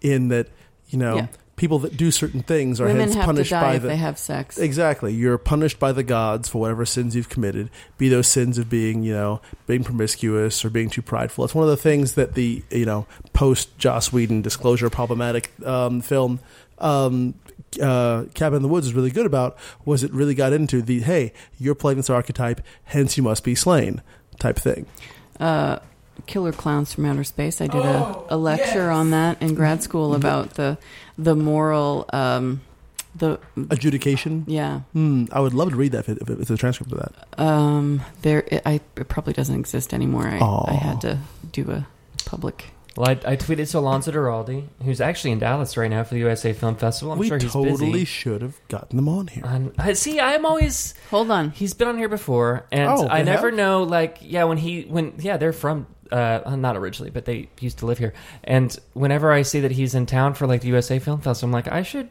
C: in that you know
A: Yeah.
C: people that do certain things are
A: Women
C: hence
A: have to
C: punished
A: die
C: by
A: if
C: the
A: they have sex.
C: Exactly. You're punished by the gods for whatever sins you've committed, be those sins of being, you know, being promiscuous or being too prideful. It's one of the things that the, you know, post Joss Whedon disclosure problematic um, film um, uh, Cabin in the Woods is really good about was it really got into the, hey, you're playing this archetype, hence you must be slain type thing.
A: uh, Killer Clowns from Outer Space. I did
B: Oh,
A: a, a lecture on that in
C: Mm-hmm.
A: grad school about the the moral um, the
C: Adjudication.
A: yeah
C: Hmm, I would love to read that if, it, if it's a transcript of that.
A: um, there it, I it probably doesn't exist anymore. I,
C: Aw.
A: I had to do a public.
B: well, I, I tweeted to Alonzo Duraldi, who's actually in Dallas right now for the USA Film Festival. I'm
C: we
B: sure he's
C: totally
B: busy.
C: should have gotten them on here.
B: Um, I- see, I'm always
A: Hold on.
B: he's been on here before, and
C: Oh,
B: I
C: they
B: never
C: have?
B: know. Like, yeah, when he when yeah, they're from uh, not originally, but they used to live here. And whenever I see that he's in town for like the USA Film Festival, I'm like, I should,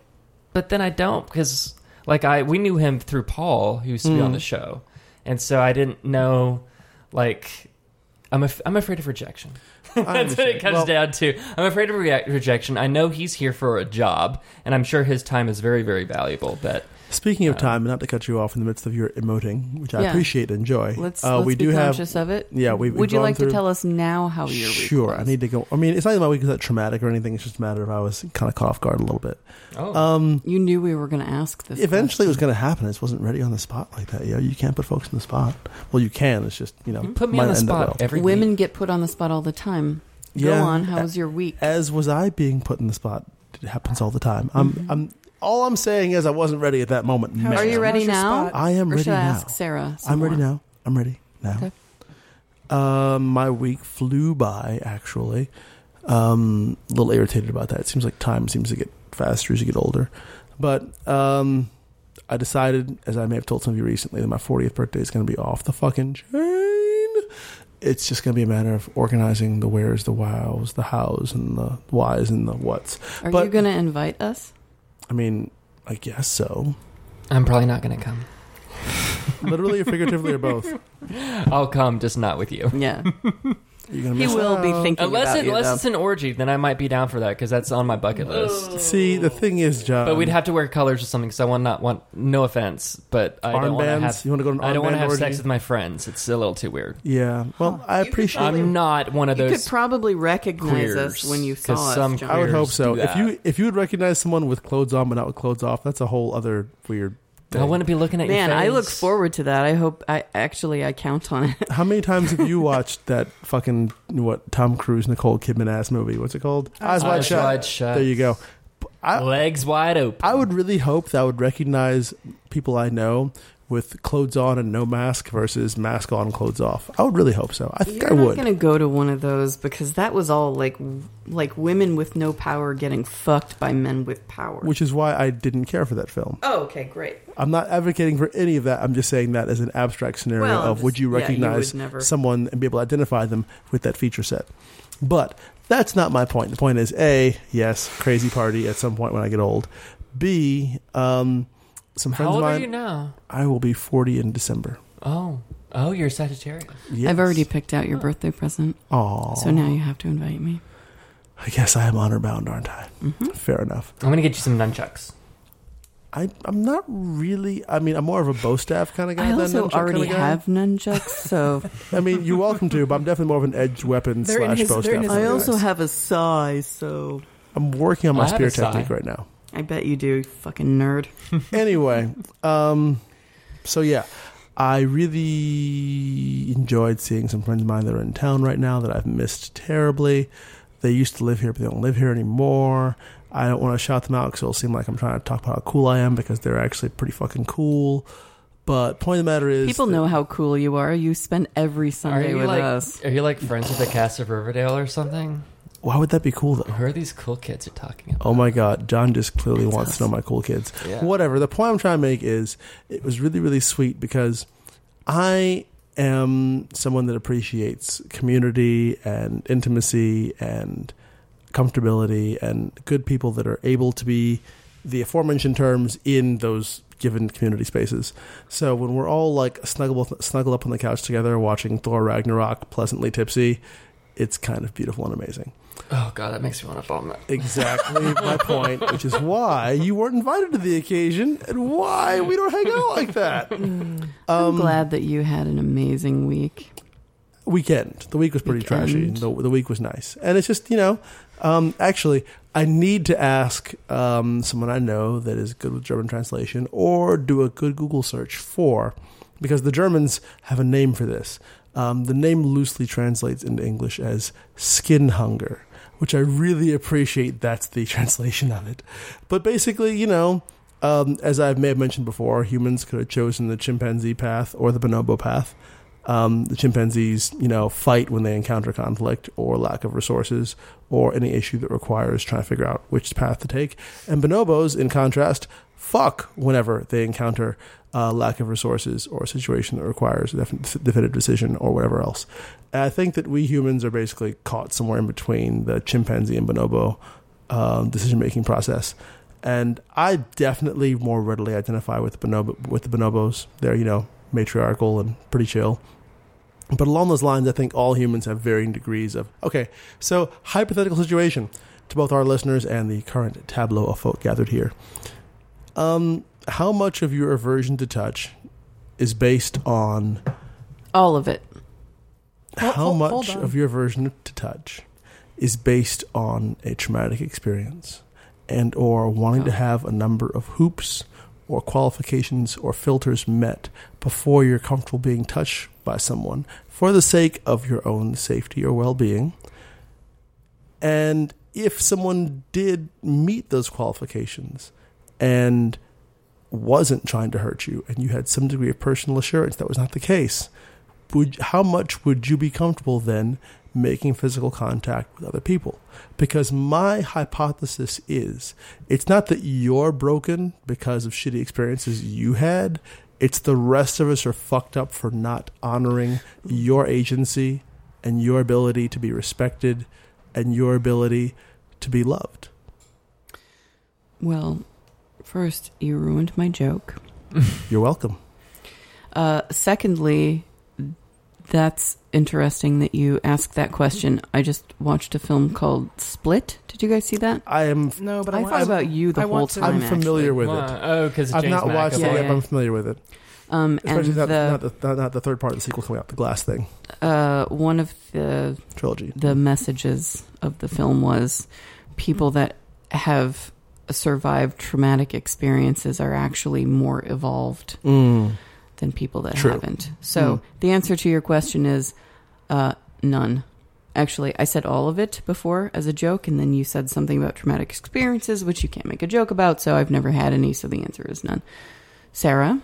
B: but then I don't because like I we knew him through Paul, who used to be
C: Hmm.
B: on the show, and so I didn't know like. I'm, af- I'm afraid of rejection. That's what
C: understand.
B: it comes
C: Well-
B: down to. I'm afraid of rea- rejection. I know he's here for a job, and I'm sure his time is very, very valuable. But
C: Speaking of time, not to cut you off in the midst of your emoting, which I
A: Yeah.
C: appreciate and enjoy.
A: Let's,
C: uh,
A: let's
C: we
A: be
C: do
A: conscious
C: have.
A: of it.
C: Yeah, we've.
A: Would you
C: gone
A: like
C: through-
A: to tell us now how your week
C: Sure,
A: was?
C: I need to go. I mean, it's not even my week is that traumatic or anything. It's just a matter of I was kind of caught off guard a little bit.
B: oh,
C: Um,
A: You knew we were going to ask this.
C: eventually, it was going to happen. I just wasn't ready on the spot like that. Yeah, you can't put folks on the spot. Well, you can. It's just you know,
B: You put me
C: Um, might
B: on
C: not
B: the
C: end up
B: spot
C: well.
B: every
A: Women
B: week.
A: get put on the spot all the time.
C: Yeah.
A: Go on. How was your week?
C: As was I being put on the spot. It happens all the time. I'm. I'm. All I'm saying is I wasn't ready at that moment.
D: How-
C: man.
A: Mm-hmm. Are you ready
D: Where's your
A: now?
D: spot?
C: I am
A: or
C: ready
A: should I
C: now.
A: ask Sarah? some
C: I'm ready
A: more?
C: now. I'm ready now.
A: Okay.
C: Um, my week flew by actually. Um, a little irritated about that. It seems like time seems to get faster as you get older. But um, I decided, as I may have told some of you recently, that my 40th birthday is going to be off the fucking chain. It's just going to be a matter of organizing the wheres, the wows, the hows, and the whys and the whats.
A: Are
C: But-
A: you going to invite us?
C: I mean, I guess so.
B: I'm probably not going to come.
C: Literally or figuratively or both. You're
B: I'll come, just not with you.
A: Yeah,
C: gonna
A: he
C: miss
A: will be
C: out.
A: thinking
B: Unless
A: about
B: it,
A: you.
B: unless
A: though.
B: it's an orgy, then I might be down for that because that's on my bucket list.
C: See, the thing is, John.
B: But we'd have to wear colors or something because I want not want. No offense, but I don't want to
C: Armbands?
B: have.
C: You wanna go to an
B: I don't wanna
C: armband
B: have sex
C: orgy?
B: with my friends. It's a little too weird.
C: Yeah. Well, I appreciate.
B: I'm not one of
A: you
B: those.
A: could probably recognize us
B: queers,
A: when you
B: 'cause
A: saw
B: some
A: us. John.
C: I would hope
B: do
C: so. If
B: that.
C: you if you would recognize someone with clothes on but not with clothes off, that's a whole other weird thing.
B: I want to be looking at
A: Man,
B: your face.
A: I look forward to that. I hope. I actually, I count on it.
C: How many times have you watched that fucking what Tom Cruise Nicole Kidman ass movie? What's it called? Eyes Wide
B: Eyes
C: Shut.
B: Wide Shut.
C: There you go. I
B: Legs wide open.
C: I would really hope that I would recognize people I know with clothes on and no mask versus mask on clothes off. I would really hope so. I think
A: You're
C: I
A: not
C: would.
A: gonna go to one of those because that was all like w- like women with no power getting fucked by men with power.
C: Which is why I didn't care for that film.
A: oh, okay, great.
C: I'm not advocating for any of that. I'm just saying that as an abstract scenario
A: Well,
C: of would you
A: yeah, you would
C: recognize
A: never-
C: someone and be able to identify them with that feature set. But that's not my point. The point is A, yes, crazy party at some point when I get old. B, um, some friends
B: How old
C: of
B: are
C: mine,
B: you now?
C: I will be 40 in December.
B: Oh, oh, you're Sagittarius.
C: Yes.
A: I've already picked out your birthday present,
C: Aw.
A: so now you have to invite me. Mm-hmm.
C: I guess I am honor bound, aren't I? Fair enough.
B: I'm gonna get you some nunchucks.
C: I, I'm not really, I mean, I'm more of a bow staff kind of guy
A: I
C: than
A: also
C: nunchuck kinda
A: already
C: guy.
A: have nunchucks, so
C: I mean, you're welcome to, but I'm definitely more of an edged weapon
D: They're in
C: slash
D: his-
C: bow
D: they're in
C: staff.
D: his
C: kind
A: I
C: of
A: also
C: guy.
A: have a sigh. So
C: I'm working on
B: I
C: my
B: have
C: spear
B: a sigh.
C: technique right now.
A: I bet you do, you fucking nerd.
C: Anyway, um, so yeah, I really enjoyed seeing some friends of mine that are in town right now that I've missed terribly. They used to live here, but they don't live here anymore. I don't want to shout them out because it'll seem like I'm trying to talk about how cool I am because they're actually pretty fucking cool. But point of the matter is,
A: People
C: that-
A: know how cool you are. You spend every Sunday
B: you
A: with
B: like
A: us.
B: are you like friends with the cast of Riverdale or something?
C: Why would that be cool though?
B: Who are these cool kids are talking about?
C: Oh my god, John just clearly
A: It's
C: wants
A: us.
C: to know my cool kids.
B: Yeah.
C: Whatever. The point I'm trying to make is it was really, really sweet because I am someone that appreciates community and intimacy and comfortability and good people that are able to be the aforementioned terms in those given community spaces. So when we're all like snuggle snuggle up on the couch together watching Thor Ragnarok pleasantly tipsy, it's kind of beautiful and amazing.
B: Oh god, that makes me want to vomit.
C: Exactly my point, which is why you weren't invited to the occasion and why we don't hang out like that.
D: Mm.
C: Um,
A: I'm glad that you had an amazing week.
C: Weekend. The week was pretty trashy.
A: Weekend.
C: The, the week was nice. And it's just, you know, um, actually, I need to ask um, someone I know that is good with German translation or do a good Google search for, because the Germans have a name for this. Um, the name loosely translates into English as skin hunger, which I really appreciate. That's the translation of it. But basically, you know, um, as I may have mentioned before, humans could have chosen the chimpanzee path or the bonobo path. Um, the chimpanzees, you know, fight when they encounter conflict or lack of resources or any issue that requires trying to figure out which path to take. And bonobos, in contrast, fuck whenever they encounter uh, lack of resources or a situation that requires a defi- definitive decision or whatever else. And I think that we humans are basically caught somewhere in between the chimpanzee and bonobo um, decision making process. And I definitely more readily identify with the bonobo with the bonobos. They're you know matriarchal and pretty chill. But along those lines, I think all humans have varying degrees of okay. So hypothetical situation to both our listeners and the current tableau of folk gathered here. Um, how much of your aversion to touch is based on
A: All of it.
D: Hol-
C: how
D: hol- hold
C: much
D: on.
C: of your aversion to touch is based on a traumatic experience and or wanting to have a number of hoops or qualifications or filters met before you're comfortable being touched by someone for the sake of your own safety or well-being and if someone did meet those qualifications and wasn't trying to hurt you and you had some degree of personal assurance that was not the case would how much would you be comfortable then making physical contact with other people because my hypothesis is it's not that you're broken because of shitty experiences you had it's the rest of us are fucked up for not honoring your agency and your ability to be respected and your ability to be loved
A: Well, first, you ruined my joke.
C: you're welcome
A: Uh, secondly, that's interesting that you asked that question. I just watched a film called Split. Did you guys see that?
C: i am
D: No, but I,
A: I
D: want-
A: thought about you the
D: I
A: whole
D: want to-
A: time.
C: i'm
A: actually.
C: familiar with
B: Why?
C: it
B: Oh, because
C: I've not watched
A: McAvoy.
C: it yet,
A: Yeah.
C: but I'm familiar with it.
A: Um, and
C: Especially not,
A: the,
C: not, the, not the third part of the sequel coming out, the Glass Thing
A: uh, one of the
C: trilogy.
A: the messages of the film was people that have survived traumatic experiences are actually more evolved
C: Mm.
A: than people that
C: True.
A: haven't. So
C: Mm.
A: the answer to your question is uh, none. Actually, I said all of it before as a joke, and then you said something about traumatic experiences, which you can't make a joke about, so I've never had any, so the answer is none. Sarah?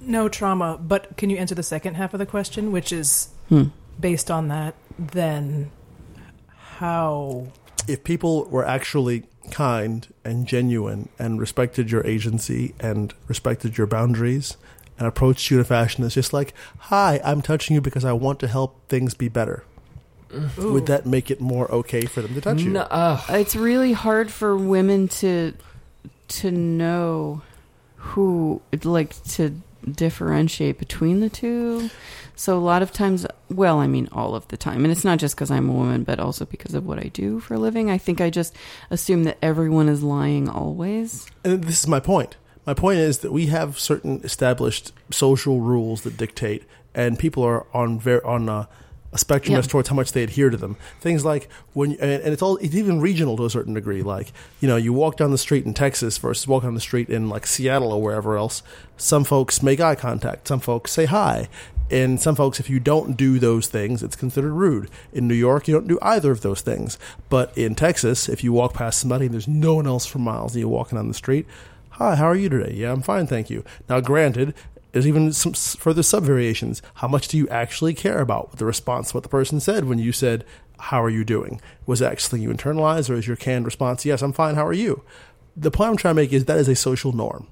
D: no trauma, but can you answer the second half of the question, which is
A: Hmm.
D: based on that? Then how?
C: If people were actually kind and genuine and respected your agency and respected your boundaries and approached you in a fashion that's just like, hi, I'm touching you because I want to help things be better,
D: Ooh.
C: would that make it more okay for them to touch you?
B: No, ugh.
A: it's really hard for women to to know who like to differentiate between the two so a lot of times well i mean all of the time and it's not just because i'm a woman but also because of what i do for a living i think i just assume that everyone is lying always
C: And this is my point. My point is that we have certain established social rules that dictate, and people are on ver- on a a spectrum
A: Yeah.
C: as towards how much they adhere to them. Things like when, and, and it's all, it's even regional to a certain degree. Like, you know, you walk down the street in Texas versus walk down the street in like Seattle or wherever else. Some folks make eye contact, some folks say hi. And some folks, if you don't do those things, it's considered rude. In New York, you don't do either of those things. But in Texas, if you walk past somebody and there's no one else for miles and you're walking down the street, hi, how are you today? Yeah, I'm fine, thank you. Now, granted, there's even some s- further sub variations. How much do you actually care about the response, what the person said when you said, How are you doing? Was that something you internalized, or is your canned response, Yes, I'm fine, how are you? The point I'm trying to make is that is a social norm.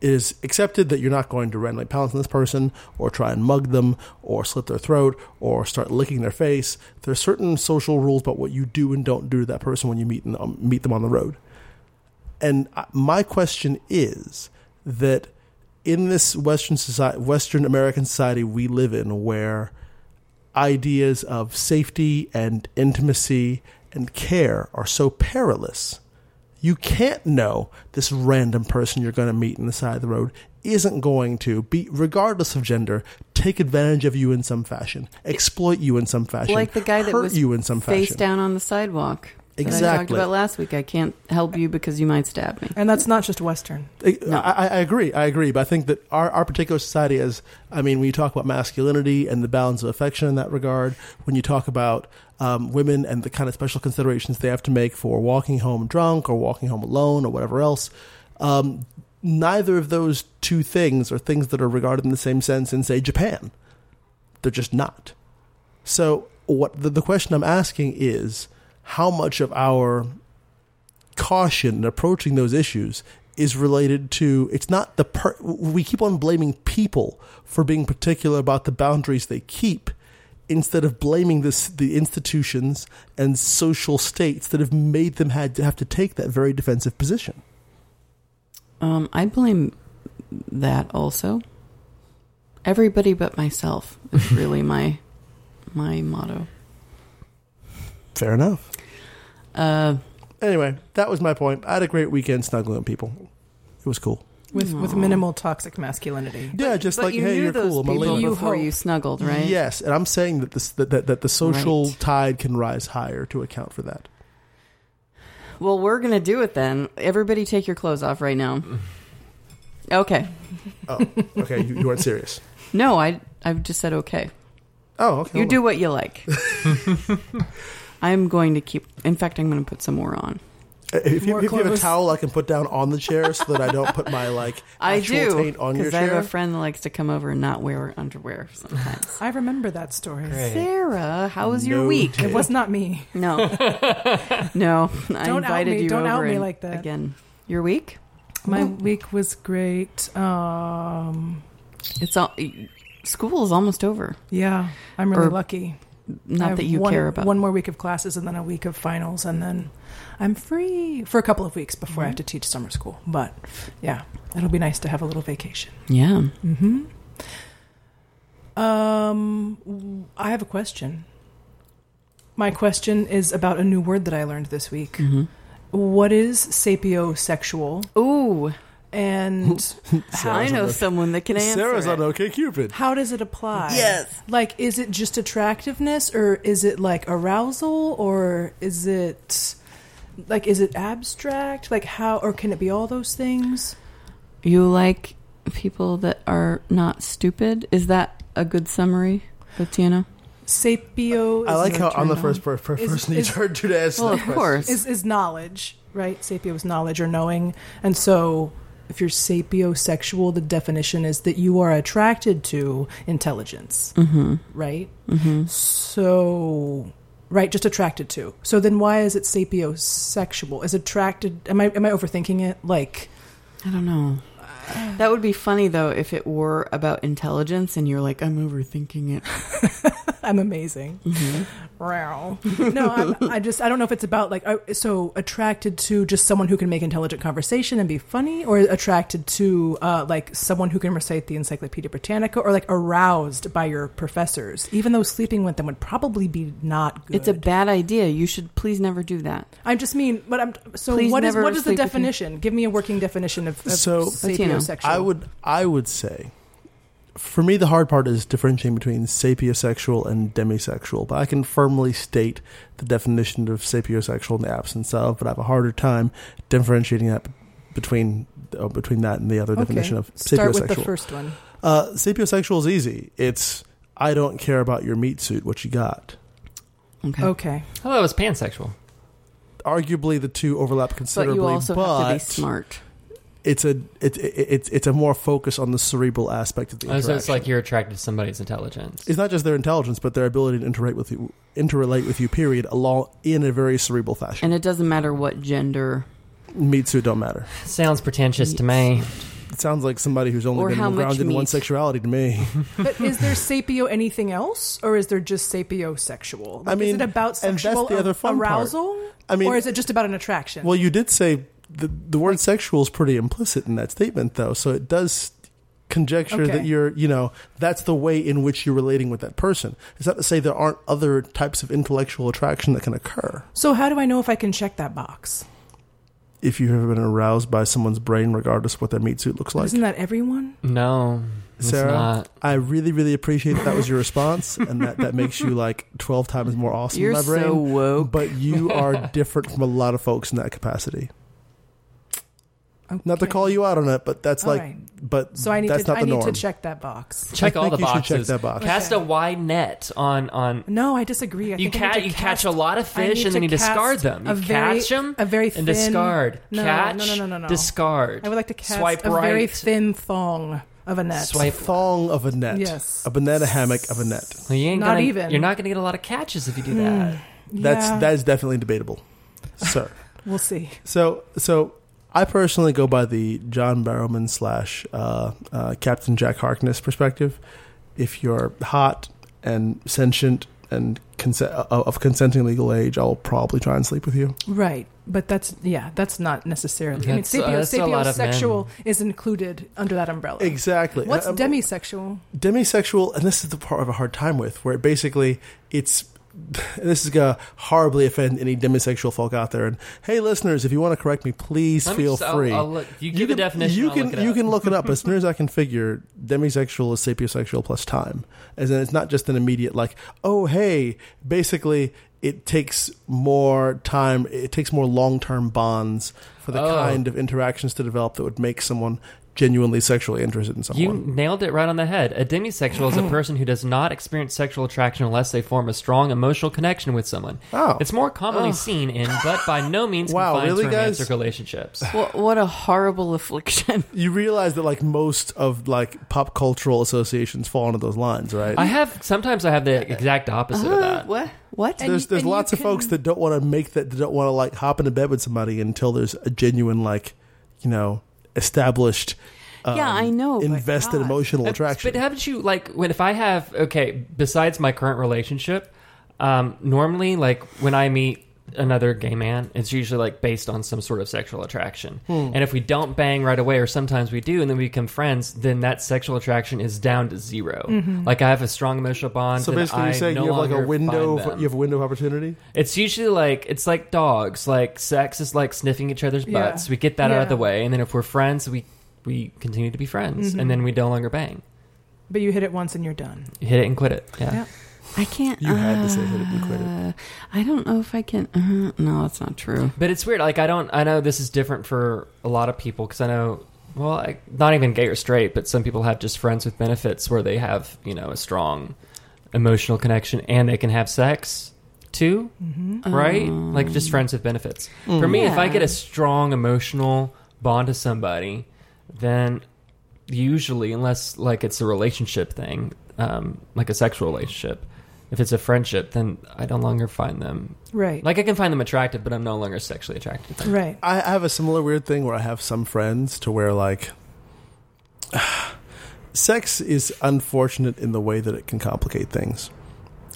C: It is accepted that you're not going to randomly pounce on this person, or try and mug them, or slit their throat, or start licking their face. There are certain social rules about what you do and don't do to that person when you meet, in, um, meet them on the road. And I- my question is that in this Western society, Western American society we live in, where ideas of safety and intimacy and care are so perilous, you can't know this random person you're going to meet in the side of the road isn't going to be, regardless of gender, take advantage of you in some fashion, exploit you in some fashion,
A: like the guy that
C: hurt
A: was
C: you in some
A: face
C: fashion.
A: down on the sidewalk. that I talked
C: Exactly.
A: about last week. I can't help you because you might stab me.
D: And that's not just Western.
C: I,
A: No.
C: I, I agree. I agree. But I think that our, our particular society is, I mean, when you talk about masculinity and the balance of affection in that regard, when you talk about um, women and the kind of special considerations they have to make for walking home drunk or walking home alone or whatever else, um, neither of those two things are things that are regarded in the same sense in, say, Japan. They're just not. So, what the, the question I'm asking is how much of our caution in approaching those issues is related to it's not the per- we keep on blaming people for being particular about the boundaries they keep instead of blaming this the institutions and social states that have made them had to have to take that very defensive position
A: Um, I blame that also. Everybody but myself is really my my motto.
C: fair enough
A: Uh,
C: anyway that was my point i had a great weekend snuggling with people it was cool
D: With, with
A: Aw.
D: minimal toxic masculinity.
C: yeah just
A: but
C: like
A: you
C: hey
A: knew
C: you're
A: those
C: cool i'm a
A: people
C: lady.
D: You
A: before
D: hope.
A: you snuggled, right?
C: yes and i'm saying that this that, that, that the social
A: Right.
C: tide can rise higher to account for that
A: Well, we're gonna do it then. Everybody, take your clothes off right now. Okay.
C: oh okay you, you aren't serious
A: No, I I've just said okay.
C: oh okay
A: You
C: hold on.
A: do what you like. I'm going to keep. In fact, I'm going to put some more on.
C: If you,
D: More
C: if you have a
D: clothes.
C: towel, I can put down on the chair so that I don't put my like
A: I
C: actual
A: do
C: taint on your
A: because I have
C: chair.
A: a friend that likes to come over and not wear underwear sometimes.
D: I remember that story.
B: Great.
A: Sarah, how was your
C: No
A: week?
C: taint.
D: It was not me.
A: No, no. I
D: Don't out
A: invited
D: me.
A: you
D: Don't
A: over
D: out me
A: and-
D: like that.
A: again. Your week?
D: My week was great. Um,
A: It's all. School is almost over.
D: yeah, I'm really
A: Or-
D: lucky. I
A: Not
D: have
A: that you
D: one,
A: care about.
D: one more week of classes and then a week of finals and then I'm free for a couple of weeks before I have to
A: Mm-hmm.
D: teach summer school. But yeah, it'll be nice to have a little vacation.
A: Yeah.
D: hmm Um, w- I have a question. My question is about a new word that I learned this week.
A: Mm-hmm.
D: What is sapiosexual,
A: Ooh,
D: and how,
A: I know
C: on the-
A: someone that can answer.
C: Sarah's
A: it.
C: on OK Cupid.
D: how does it apply?
A: Yes.
D: like is it just attractiveness, or is it like arousal, or is it like is it abstract? Like how, or can it be all those things?
A: You like people that are not stupid? Is that a good summary, Batiana?
D: Sapio.
C: I
D: is
C: like
D: it-
C: how I'm the
A: turned
C: first per, per,
D: Is-
C: person
D: is-
C: you heard to answer
A: Well,
C: that
A: of
C: question.
A: course.
D: is is knowledge, right? Sapio is knowledge or knowing, and so if you're sapiosexual, the definition is that you are attracted to intelligence,
A: Mm-hmm.
D: right?
A: Mm-hmm.
D: So, right, just attracted to. So then, why is it sapiosexual? Is attracted? Am I am I overthinking it? Like,
A: I don't know. That would be funny though if it were about intelligence and you're like, I'm overthinking it.
D: I'm amazing.
A: Mhm.
D: Wow. no, I'm, I just I don't know if it's about like I- so attracted to just someone who can make intelligent conversation and be funny, or attracted to uh, like someone who can recite the Encyclopedia Britannica, or like aroused by your professors, even though sleeping with them would probably be not good.
A: It's a bad idea. You should please never do that.
D: I just mean, but I'm so
A: Please
D: what is
A: never
D: what is the
A: sleep with me.
D: definition? Give me a working definition of, of
C: So,
D: sapiosexual.
C: I would I would say for me, the hard part is differentiating between sapiosexual and demisexual. But I can firmly state the definition of sapiosexual in the absence of. But I have a harder time differentiating that between uh, between that and the other definition of
D: Start
C: sapiosexual.
D: with the first one.
C: Uh, sapiosexual is easy. It's I don't care about your meat suit. What you got?
A: Okay.
D: Okay.
B: Oh, that was pansexual.
C: Arguably, the two overlap
A: But
C: considerably.
A: you also have to be
C: but
A: smart.
C: It's a it's it, it's it's a more focus on the cerebral aspect of the
B: Oh,
C: interaction.
B: so it's like you're attracted to somebody's intelligence.
C: it's not just their intelligence, but their ability to interact with you, interrelate with you. Period. Along in a very cerebral fashion.
A: And it doesn't matter what gender
C: meat suit don't matter.
B: Sounds pretentious to me.
C: It sounds like somebody who's only
A: Or how
C: been
A: much
C: grounded in one
A: meat.
C: sexuality to me.
D: But is there sapio anything else, or is there just sapiosexual? Like, is
C: mean,
D: it about
C: and that's
D: sexual
C: the other fun part.
D: arousal,
C: I mean-
D: or is it just about an attraction?
C: Well, you did say the the word sexual is pretty implicit in that statement, though. So it does conjecture
D: Okay.
C: that you're, you know, that's the way in which you're relating with that person. It's not to say there aren't other types of intellectual attraction that can occur.
D: so how do I know if I can check that box?
C: If you've ever been aroused by someone's brain, regardless of what their meat suit looks like.
D: Isn't that everyone?
B: No, it's
C: Sarah,
B: not.
C: I really, really appreciate that, that was your response, and that, that makes you like twelve times more awesome
A: You're
C: than my brain.
A: so woke.
C: But you are different from a lot of folks in that capacity. Not to
D: Okay.
C: call you out on it, but that's
D: All
C: like,
D: right.
C: but
D: So I need
C: that's
D: to
C: not
D: I
C: the
D: need to
C: norm.
D: check that box.
B: Check
C: I
B: all the
C: think you should
B: boxes.
C: check that box.
B: Cast a wide net on on.
D: No, I disagree. I
B: You
D: think I need
B: ca-
D: to
B: you
D: cast-
B: catch a lot of
D: I
B: fish
D: need
B: and then you
D: to cast
B: discard them. You
D: a very-
B: catch them
D: a very
B: and
D: thin
B: discard.
D: No,
B: catch.
D: no, no, no, no, no.
B: Discard.
D: I would like to cast
B: Swipe
D: a very
B: right.
D: thin thong of a net.
B: Swipe.
C: thong of a net.
D: Yes.
C: A banana hammock of a net.
B: Well, you ain't
D: Not
B: gonna,
D: even. Hmm. Mm.
B: You're not going to get a lot of catches if you do that.
C: That's
D: Yeah,
C: that is definitely debatable, sir.
D: We'll see.
C: so so I personally go by the John Barrowman slash uh, uh, Captain Jack Harkness perspective. If you're hot and sentient and consen- uh, of consenting legal age, I'll probably try and sleep with you.
D: Right. But that's yeah, that's not necessarily.
B: That's-
D: I mean, sapio,
B: uh, that's a lot of men.
D: sapiosexual is included under that umbrella.
C: Exactly.
D: What's
C: Uh,
D: demisexual?
C: demisexual and this is the part I have a hard time with where basically it's this is gonna horribly offend any demisexual folk out there and hey listeners if you want to correct me please
B: Let me
C: feel
B: just- I'll-
C: free
B: I'll look- you give a
C: can,
B: definition,
C: you
B: I'll
C: can
B: look it
C: you
B: up.
C: can look it up as near as i can figure demisexual is sapiosexual plus time as in it's not just an immediate like oh hey basically it takes more time it takes more long-term bonds for the
B: Oh.
C: kind of interactions to develop that would make someone genuinely sexually interested in someone
B: You nailed it right on the head. A demisexual is
C: Oh.
B: a person who does not experience sexual attraction unless they form a strong emotional connection with someone.
C: Oh.
B: It's more commonly seen in, but by no means
C: Wow,
B: confined
C: really,
B: to
C: guys?
B: romantic relationships.
A: Wha- what a horrible affliction.
C: you realize that like most of like pop cultural associations fall into those lines, right?
B: I have sometimes I have the exact opposite
C: Uh,
B: of that.
A: what? What?
C: there's there's
D: and you
C: lots of folks
D: can-
C: that don't want to make that that don't want to like hop into bed with somebody until there's a genuine like you know established um,
A: Yeah, I know, but
C: invested
A: God.
C: emotional
B: Uh,
C: attraction.
B: But haven't you like when if I have okay, besides my current relationship, um, normally like when I meet another gay man, it's usually like based on some sort of sexual attraction.
C: Hmm.
B: And if we don't bang right away, or sometimes we do, and then we become friends, then that sexual attraction is down to 0 Oh,
D: Mm-hmm.
B: Like I have a strong emotional bond.
C: Hmm. so
B: and
C: basically,
B: I
C: you're saying
B: no
C: you have like a
B: longer
C: window.
B: find
C: Of,
B: them.
C: you have a window of opportunity.
B: It's usually like it's like dogs. Like sex is like sniffing each other's
D: Yeah.
B: butts. We get that out of
D: Yeah.
B: the way, and then if we're friends, we we continue to be friends,
C: Mm-hmm.
B: and then we no longer bang.
D: But you hit it once and you're done.
B: Hit it and quit it. Yeah.
D: Yeah.
A: I can't.
C: You had to say that it
A: uh,
C: included.
A: I don't know if I can. Uh, no, that's not true.
B: But it's weird. Like I don't. I know this is different for a lot of people because I know. Well, I, not even gay or straight, but some people have just friends with benefits where they have you know a strong emotional connection and they can have sex too,
D: Mm-hmm.
A: Uh,
B: right? Like just friends with benefits. For me, if I
A: Mm-hmm. Oh. Yeah.
B: get a strong emotional bond to somebody, then usually, unless like it's a relationship thing, um, like a sexual relationship. If it's a friendship, then I no longer find them
D: Right.
B: like I can find them attractive, but I'm no longer sexually attracted to them.
D: right.
C: I have a similar weird thing where I have some friends to where like sex is unfortunate in the way that it can complicate things.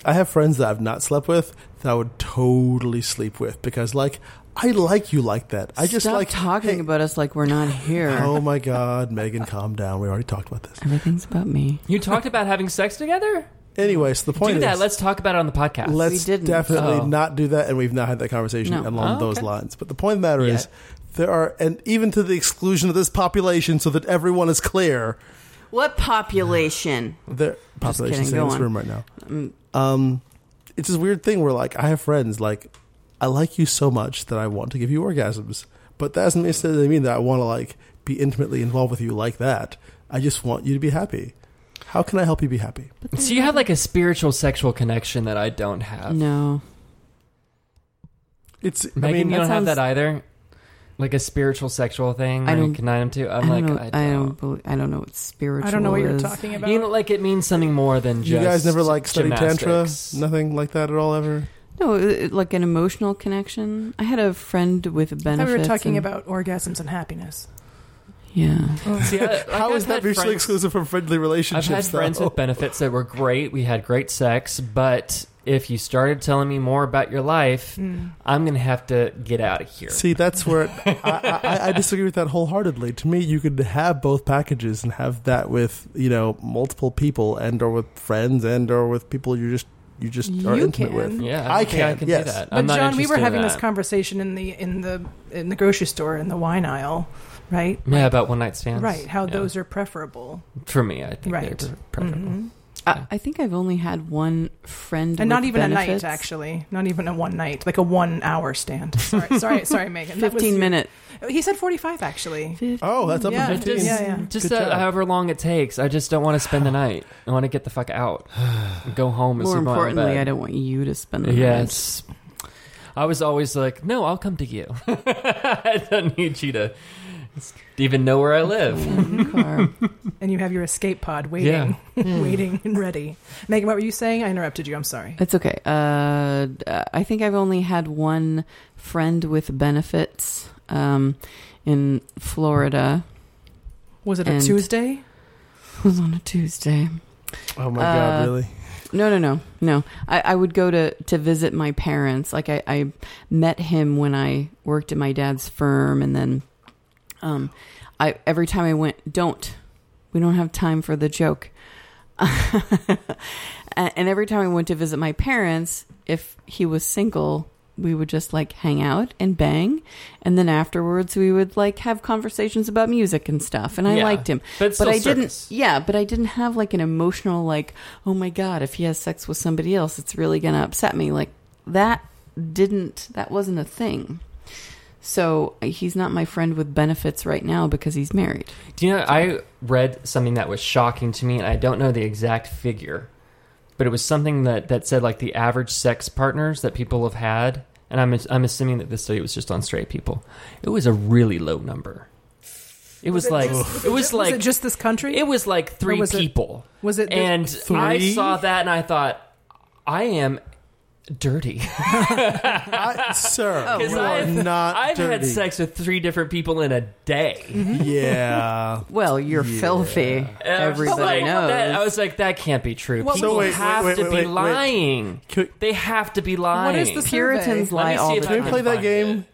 C: I have friends that I've not slept with that I would totally sleep with because like I like you like that. I just
A: Stop
C: like
A: talking
C: hey-
A: about us like we're not here.
C: Oh my god, Megan, calm down. We already talked about this.
A: Everything's about me.
B: You talked about having sex together.
C: Anyway, so the point
B: Do
C: is
B: that. Let's talk about it on the podcast.
A: We
C: Let's
A: didn't.
C: definitely
B: Oh.
C: not do that, and we've not had that conversation
A: No.
C: along
B: Oh,
C: those
B: okay.
C: lines. But the point of the matter
B: Yet.
C: is, there are, and even to the exclusion of this population, so that everyone is clear,
A: What population?
C: The population's
A: kidding,
C: in
A: go
C: this
A: on.
C: room right now.
A: Mm,
C: Um, it's this weird thing where like I have friends like I like you so much that I want to give you orgasms, but that doesn't necessarily mean that I want to like be intimately involved with you like that. I just want you to be happy. How can I help you be happy?
B: So you have like a spiritual sexual connection that I don't have.
A: No.
C: It's I
B: Megan,
C: mean,
B: you don't have
A: sounds-
B: that either. Like a spiritual sexual thing.
A: I
B: I
A: don't-
B: don't connect them to. I'm
A: I
B: like,
A: don't know,
B: I don't.
A: I don't. believe, I don't know what spiritual.
D: I don't know what you're
A: is.
D: talking about.
B: You know, like it means something more than
C: you
B: just.
C: guys never like study tantra,
B: gymnastics.
C: nothing like that at all ever.
A: No, it- it- like an emotional connection. I had a friend with
D: I thought
A: benefits.
D: we were talking
A: and-
D: about orgasms and happiness.
A: Yeah.
B: See, I- like,
C: How
B: I've
C: is that
B: had
C: mutually
B: friends-
C: exclusive from friendly
B: I've
C: relationships?
B: had friends
C: though?
B: with benefits that were great. We had great sex, but if you started telling me more about your life,
D: Mm.
B: I'm gonna have to get out of here.
C: See, that's where I, I, I- I disagree with that wholeheartedly. To me, you could have both packages and have that with you know multiple people and or with friends and or with people you just you just are
D: You
C: intimate
D: can.
C: with.
B: yeah,
C: I
B: don't think
C: can't,
B: I can
C: yes.
B: do that.
D: But
B: I'm not
D: John, we were
B: interested in
D: having
B: that.
D: this conversation in the in the in the grocery store in the wine aisle, right?
B: Yeah, about one night stands.
D: Right. How
B: Yeah.
D: those are preferable,
B: for me, I think
D: Right.
B: they're pre- preferable.
D: Mhm.
A: I, I think I've only had one friend,
D: and not
A: with
D: even
A: benefits.
D: a night actually, not even a one night, like a one hour stand. Sorry, sorry, sorry, Megan. That was
A: Fifteen minutes.
D: your- He said forty five actually.
C: Oh, that's up
D: Yeah.
C: to
B: It
C: fifteen.
B: just,
D: Yeah, yeah.
B: just
C: Good
B: that
C: job.
B: however long it takes. I just don't want to spend the night. I want to get the fuck out, go home, and
A: More
B: sleep
A: importantly, I
B: on
A: don't want you to spend the
B: bed.
A: night.
B: Yes, I was always like, no, I'll come to you. I don't need you to even know where I live.
A: Car.
D: And you have your escape pod waiting,
C: Hmm.
D: waiting and ready. Megan, what were you saying? I interrupted you. I'm sorry.
A: It's okay. Uh, I think I've only had one friend with benefits um, in Florida.
D: Was it a
A: And-
D: Tuesday?
A: It was on a Tuesday.
C: Oh my god,
A: Uh,
C: really?
A: No, no, no, no. I, I would go to to visit my parents. Like I, I met him when I worked at my dad's firm, and then, um, I every time I went, don't, we don't have time for the joke. and, and every time I went to visit my parents, if he was single, we would just like hang out and bang, and then afterwards we would like have conversations about music and stuff. And I
B: Yeah.
A: liked him
B: But, it's
A: but
B: still
A: I
B: service.
A: didn't. Yeah, but I didn't have like an emotional like, oh my god, if he has sex with somebody else, it's really gonna upset me. Like that didn't. That wasn't a thing. So he's not my friend with benefits right now because he's married.
B: Do you know? I read something that was shocking to me, and I don't know the exact figure, but it was something that that said like the average sex partners that people have had, and I'm I'm assuming that this study was just on straight people. It was a really low number. It was, like it was like
D: was it just this country?
B: it was like three
D: was it-
B: people,
D: was it the-
B: and I
C: Three?
B: saw that and I thought, I am dirty.
C: I, Uh, sir, you are
B: I've,
C: not.
B: I've had
C: dirty.
B: sex with three different people in a day.
C: Yeah.
A: Well, you're filthy.
B: And I was just
A: Everybody
B: like,
A: knows.
B: That, I was like, that can't be true.
D: What-
B: People
D: So wait, wait,
B: have
C: wait,
B: to
C: wait,
B: be
C: wait, wait.
B: lying.
C: Can,
B: They have to be lying.
D: What is the survey?
A: Puritans
B: Let me
A: lie
B: see
A: all
B: if
A: the
B: I
C: can
A: time.
C: we play that
B: find
C: game?
B: it.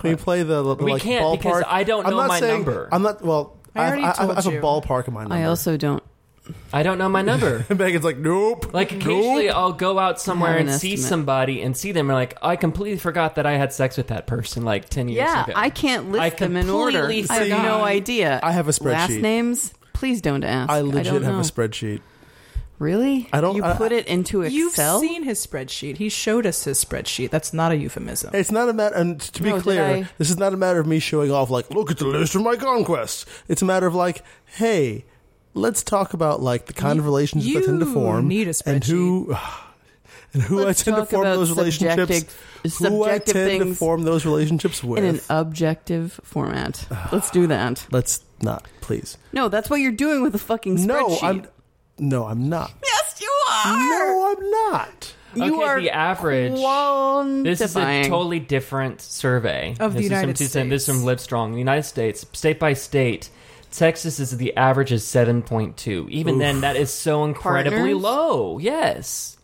C: Can we play the, the
B: We
C: like
B: can't
C: ballpark?
B: because I don't
C: I'm
B: know
C: not
B: my
C: saying,
B: number.
C: I'm not. Well,
D: I already
C: I, I,
D: told
C: I have a
D: you.
C: ballpark in my number.
A: I also don't.
B: I don't know my number.
C: And Megan's like, nope.
B: Like occasionally, I'll go out somewhere
A: Have an
B: and see
A: estimate.
B: somebody and see them, and like I completely forgot that I had sex with that person like ten years
A: Yeah,
B: ago.
A: I can't list
B: I
A: them in order.
B: completely
A: I have
C: forgot.
A: no idea.
C: I have a
A: Last
C: spreadsheet.
A: names. Please don't ask.
C: I legit
A: don't
C: have
A: know.
C: a spreadsheet.
A: Really?
C: I don't-
A: You
C: I-
A: put it into
D: You've
A: Excel.
D: seen his spreadsheet. He showed us his spreadsheet. That's not a euphemism.
C: It's not a matter, and to be
A: No, did I-
C: clear, this is not a matter of me showing off, like, look at the list of my conquests. It's a matter of, like, hey, let's talk about, like, the kind of relationships I tend to
D: you
C: form.
D: need a
C: And who. And who
A: Let's
C: I tend to
A: talk
C: form
A: about
C: those relationships.
A: subjective-
C: Who I
A: subjective
C: tend to
A: things.
C: form those relationships with.
A: in an objective format. Let's do that.
C: let's not, please.
A: No, that's what you're doing with the fucking spreadsheet.
C: No, I'm. No, I'm not.
A: Yes, you are.
C: No, I'm not.
A: you
B: okay,
A: are
B: the average.
A: quantifying.
B: This is a totally different survey
D: Of the
B: This is
D: United
B: from Tucson- This is
D: States.
B: from Livestrong. The United States, state by state, Texas is the average is seven point two. Even then, that is so incredibly
A: Partners?
B: low. Yes,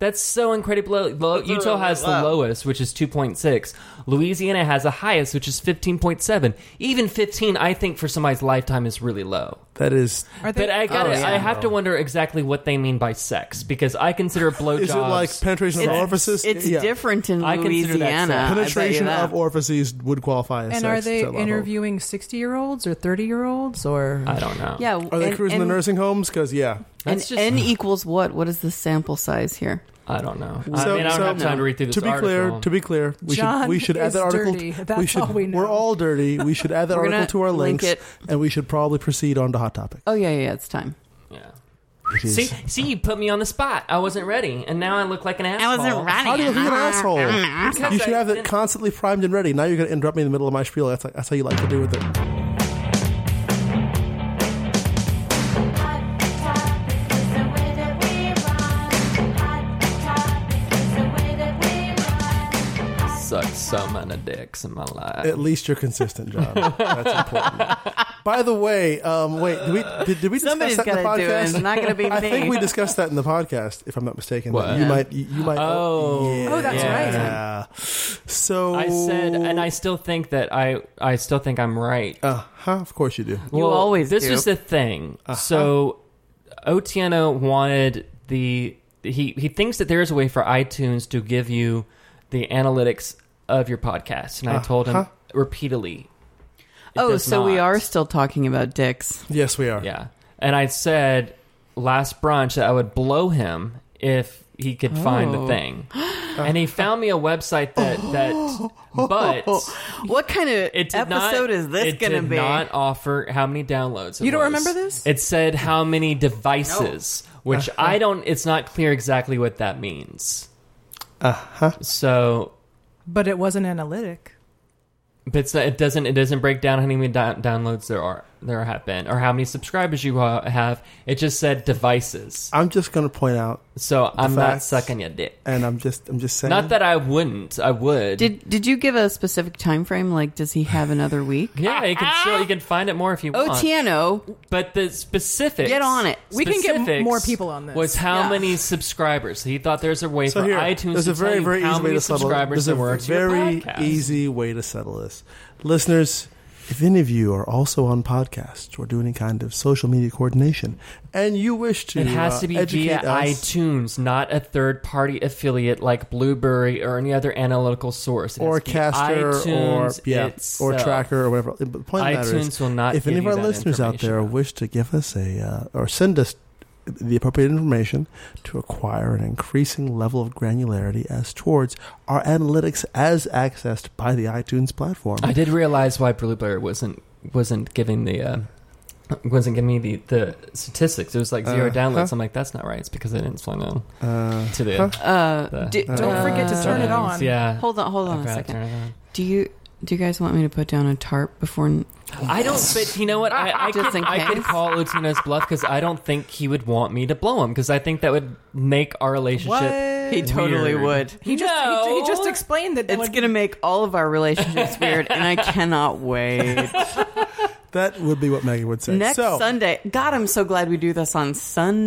B: That's so incredibly low.
E: That's
B: Utah
E: really
B: has the
E: low.
B: lowest, which is 2.6. Louisiana has the highest, which is 15.7. Even 15, I think, for somebody's lifetime is really low.
C: That is,
D: Are they?
B: But I got
E: Oh,
B: to
E: yeah.
B: I have to wonder exactly what they mean by sex because I consider blowjobs.
C: is it like penetration of
A: It's-
C: orifices?
A: It's
C: Yeah.
A: different in
B: I consider that
A: Louisiana.
B: sex.
A: I bet you
C: Penetration
A: that.
C: of orifices would qualify as
D: and
C: sex.
D: are
C: at
D: they
C: that level.
D: interviewing sixty-year-olds or thirty-year-olds or?
B: I don't know.
A: Yeah.
C: Are they
A: and-
C: cruising
A: and-
C: the nursing homes? Because yeah,
A: And
B: That's just-
A: N equals what? What is the sample size here?
B: I don't know. I
A: Uh,
C: So-
B: mean, I don't
C: so-
B: have time to read through this
C: to be
B: article.
C: clear, to be clear, we
D: John
C: should we should add
D: is
C: that article.
D: dirty.
C: we
D: That's
C: should-
D: all we know.
C: We're all dirty. We should add that
A: We're
C: article
A: gonna
C: to our
A: link
C: links,
A: it.
C: and we should probably proceed on to hot topic.
A: Oh yeah, yeah, yeah, it's time.
B: yeah.
C: It is-
B: See, see, you put me on the spot. I wasn't ready, and now I look like an asshole.
C: How do you look
D: Uh-huh.
C: like an asshole?
B: asshole.
C: You should have it constantly primed and ready. Now you're going to interrupt me in the middle of my spiel. That's, like, that's how you like to do with it.
F: Hot topic is the way that we run. Hot topic is the way that we run. Hot
B: Sucked so many dicks in my life.
C: At least you're consistent, John. That's important. By the way, um, wait, did we, did, did we discuss
A: Somebody's
C: that in the
A: gotta do it.
C: podcast?
A: It's not gonna be
C: I
A: me.
C: think we discussed that in the podcast, if I'm not mistaken.
B: What?
C: You might, you, you might.
B: Oh,
C: yeah.
D: Oh, that's right.
C: Yeah. So
B: I said, and I still think that I, I still think I'm right.
C: Uh huh. Of course you do.
A: You always
B: This
A: do.
B: was the thing. So, Otieno wanted the he he thinks that there is a way for iTunes to give you the analytics of your podcast, and I told him
C: Uh-huh.
B: repeatedly. it
A: Oh,
B: does
A: so we
B: not.
A: are still talking about dicks.
C: Yes, we are.
B: Yeah. And I said last brunch that I would blow him if he could find the
A: Oh.
B: thing. and he found me a website that that but
A: What kind of
B: it did
A: episode
B: not,
A: is this
B: it
A: going to
B: did
A: be?
B: not offer how many downloads. it
D: You don't
B: was.
D: remember this? Uh-huh.
B: It said how many devices, which I don't. It's not clear exactly what that means.
D: Uh-huh.
B: Uh huh. So,
D: But it wasn't analytic.
B: but it's, not- it doesn't. It doesn't break down how many down- downloads there are. There have been, or how many subscribers you ha- have. It just said devices.
C: I'm just going to point out,
B: So I'm not
C: facts.
B: sucking your dick.
C: and I'm just, I'm just saying.
B: Not that I wouldn't. I would.
A: Did Did you give a specific time frame? Like, does he have another week?
B: yeah, you
D: Ah!
B: can still you can find it more if you
A: Oh,
B: want.
A: Otieno,
B: But the specifics.
A: Get on it.
D: We can get m-
B: specifics
D: more people on this.
B: Was how
A: Yeah.
B: many subscribers? He thought there's a way
C: so
B: for
C: here,
B: iTunes
C: there's
B: to
C: a very,
B: tell
C: very
B: you how
C: easy way
B: many
C: to settle.
B: subscribers
C: There's a
B: there were to your
C: very
B: podcast.
C: easy way to settle this, listeners. If any of you are also on podcasts or do any kind of social media coordination, and you wish to,
B: It has
C: uh,
B: to be
C: educate
B: via
C: us,
B: iTunes, not a third party affiliate like Blueberry or any other analytical source. It
C: or
B: has to be
C: Caster or
B: iTunes
C: yeah, or
B: itself.
C: Tracker or whatever. But the point of the matter
B: iTunes
C: is,
B: will not
C: if any
B: give
C: of our
B: you that
C: listeners out there
B: information.
C: wish to give us a uh, or send us the appropriate information to acquire an increasing level of granularity as towards our analytics as accessed by the iTunes platform.
B: I did realize why Blueberry wasn't wasn't giving the uh, wasn't giving me the, the statistics. It was like 0
C: Uh, huh.
B: downloads. I'm like, that's not right. It's because I didn't swing on
C: Uh,
B: to the.
C: Huh?
A: uh,
B: the
A: di-
D: Don't forget to turn it on.
B: things. Yeah.
A: Hold on, hold on
B: I
A: a
B: forgot to
A: second.
B: turn it on.
A: Do you Do you guys want me to put down a tarp before? n-
B: I don't. But you know what? I, I
A: Just
B: could,
A: in
B: I could
A: case.
B: call Utino's bluff because I don't think he would want me to blow him because I think that would make our relationship.
D: What?
A: He totally would.
B: Weird.
D: He just
B: No.
D: he, he just explained that.
A: It's
D: when-
A: going to make all of our relationships weird, and I cannot wait.
C: that would be what Maggie would say.
A: Next
C: so,
A: Sunday. God, I'm so glad we do this on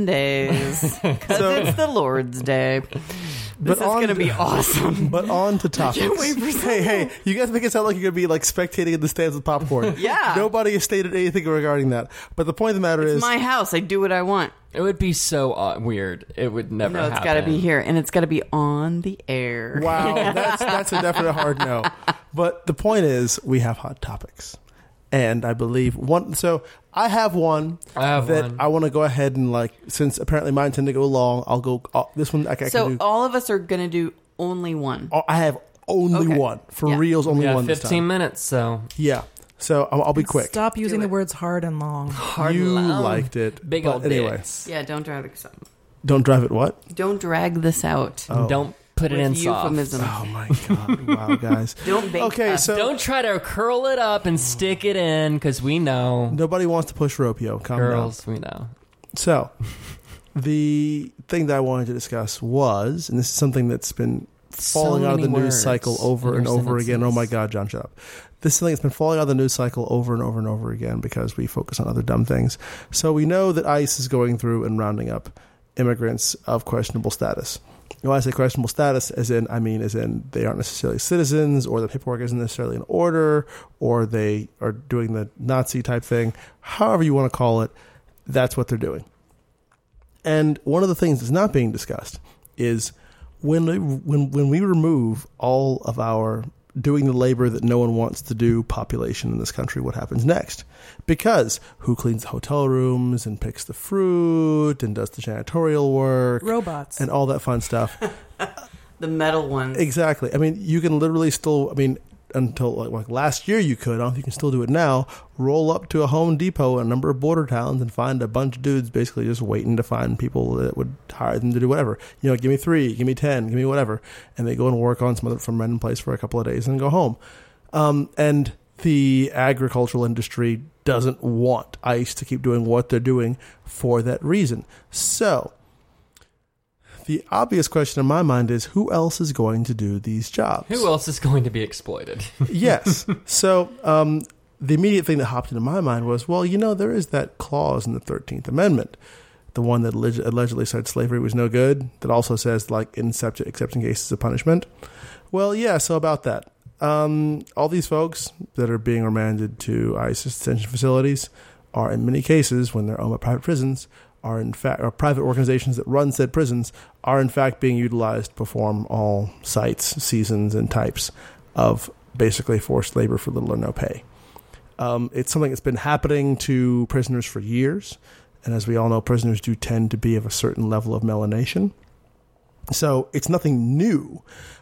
A: Sundays because it's the Lord's Day. This
C: But
A: is
C: on
A: going to be
C: to-
A: awesome.
C: But on to topics.
A: wait for
C: hey, hey, you guys make it sound like you're going to be like spectating in the stands with popcorn.
A: Yeah.
C: Nobody has stated anything regarding that. But the point of the matter
A: It's
C: is,
A: my house. I do what I want.
B: It would be so uh, weird. It would never.
A: No, it's
B: happen.
A: got to be here, and it's got to be on the air.
C: Wow, that's that's a definite hard no. But the point is, we have hot topics, and I believe one. So I have one
B: I have
C: that
B: one.
C: I want to go ahead and like. Since apparently mine tend to go long, I'll go uh, this one. I, can- I
A: So oh.
C: can do.
A: all of us are going to do only one.
C: oh, I have only
A: Okay.
C: one for
A: Yeah.
C: reals. Only
B: We got
C: one this
B: 15
C: time.
B: minutes, so
C: Yeah. So I'll, I'll be quick.
D: Stop
A: it.
D: using the words hard and long.
A: Hard
C: you
A: love.
C: liked it,
B: big
C: but
B: old
C: anyway,
B: dicks.
A: Yeah, don't drag this out.
C: don't drive it. What?
A: Don't drag this out.
B: And Don't put it
A: with
B: in soft.
A: euphemism.
C: Oh my god! wow, guys.
A: Don't bake
C: Okay,
A: us.
C: so
B: Don't try to curl it up and stick it in because we know
C: nobody wants to push Ropio. Calm down.
B: girls. We know.
C: So, the thing that I wanted to discuss was, and this is something that's been
B: So
C: falling out of the
B: many
C: news cycle
B: words
C: over
B: in
C: and
B: your
C: over again. Oh
B: sentences.
C: my God, John, shut up. This is something that's been falling out of the news cycle over and over and over again because we focus on other dumb things. So, we know that ICE is going through and rounding up immigrants of questionable status. When I say questionable status, as in, I mean, as in they aren't necessarily citizens, or the paperwork isn't necessarily in order, or they are doing the Nazi type thing, however you want to call it, that's what they're doing. And one of the things that's not being discussed is when we, when when we remove all of our doing the labor that no one wants to do population in this country what happens next because who cleans the hotel rooms and picks the fruit and does the janitorial work
D: Robots.
C: and all that fun stuff
A: The metal ones.
C: Exactly. I mean, you can literally still. I mean, until like, like last year, you could. I don't think you can still do it now. Roll up to a Home Depot in a number of border towns and find a bunch of dudes basically just waiting to find people that would hire them to do whatever. You know, give me three, give me ten, give me whatever, and they go and work on some other from random place for a couple of days and go home. Um, and the agricultural industry doesn't want ICE to keep doing what they're doing for that reason. So the obvious question in my mind is who else is going to do these jobs?
B: Who else is going to be exploited?
C: yes. So um, the immediate thing that hopped into my mind was, well, you know, there is that clause in the Thirteenth Amendment, the one that alleg- allegedly said slavery was no good, that also says like in subject accepting cases of punishment. Well, yeah. So about that, um, all these folks that are being remanded to ICE detention facilities are, in many cases, when they're owned by private prisons. Are in fact, or private organizations that run said prisons are in fact being utilized to perform all sites, seasons, and types of basically forced labor for little or no pay. Um, it's something that's been happening to prisoners for years. And as we all know, prisoners do tend to be of a certain level of melanation. So it's nothing new.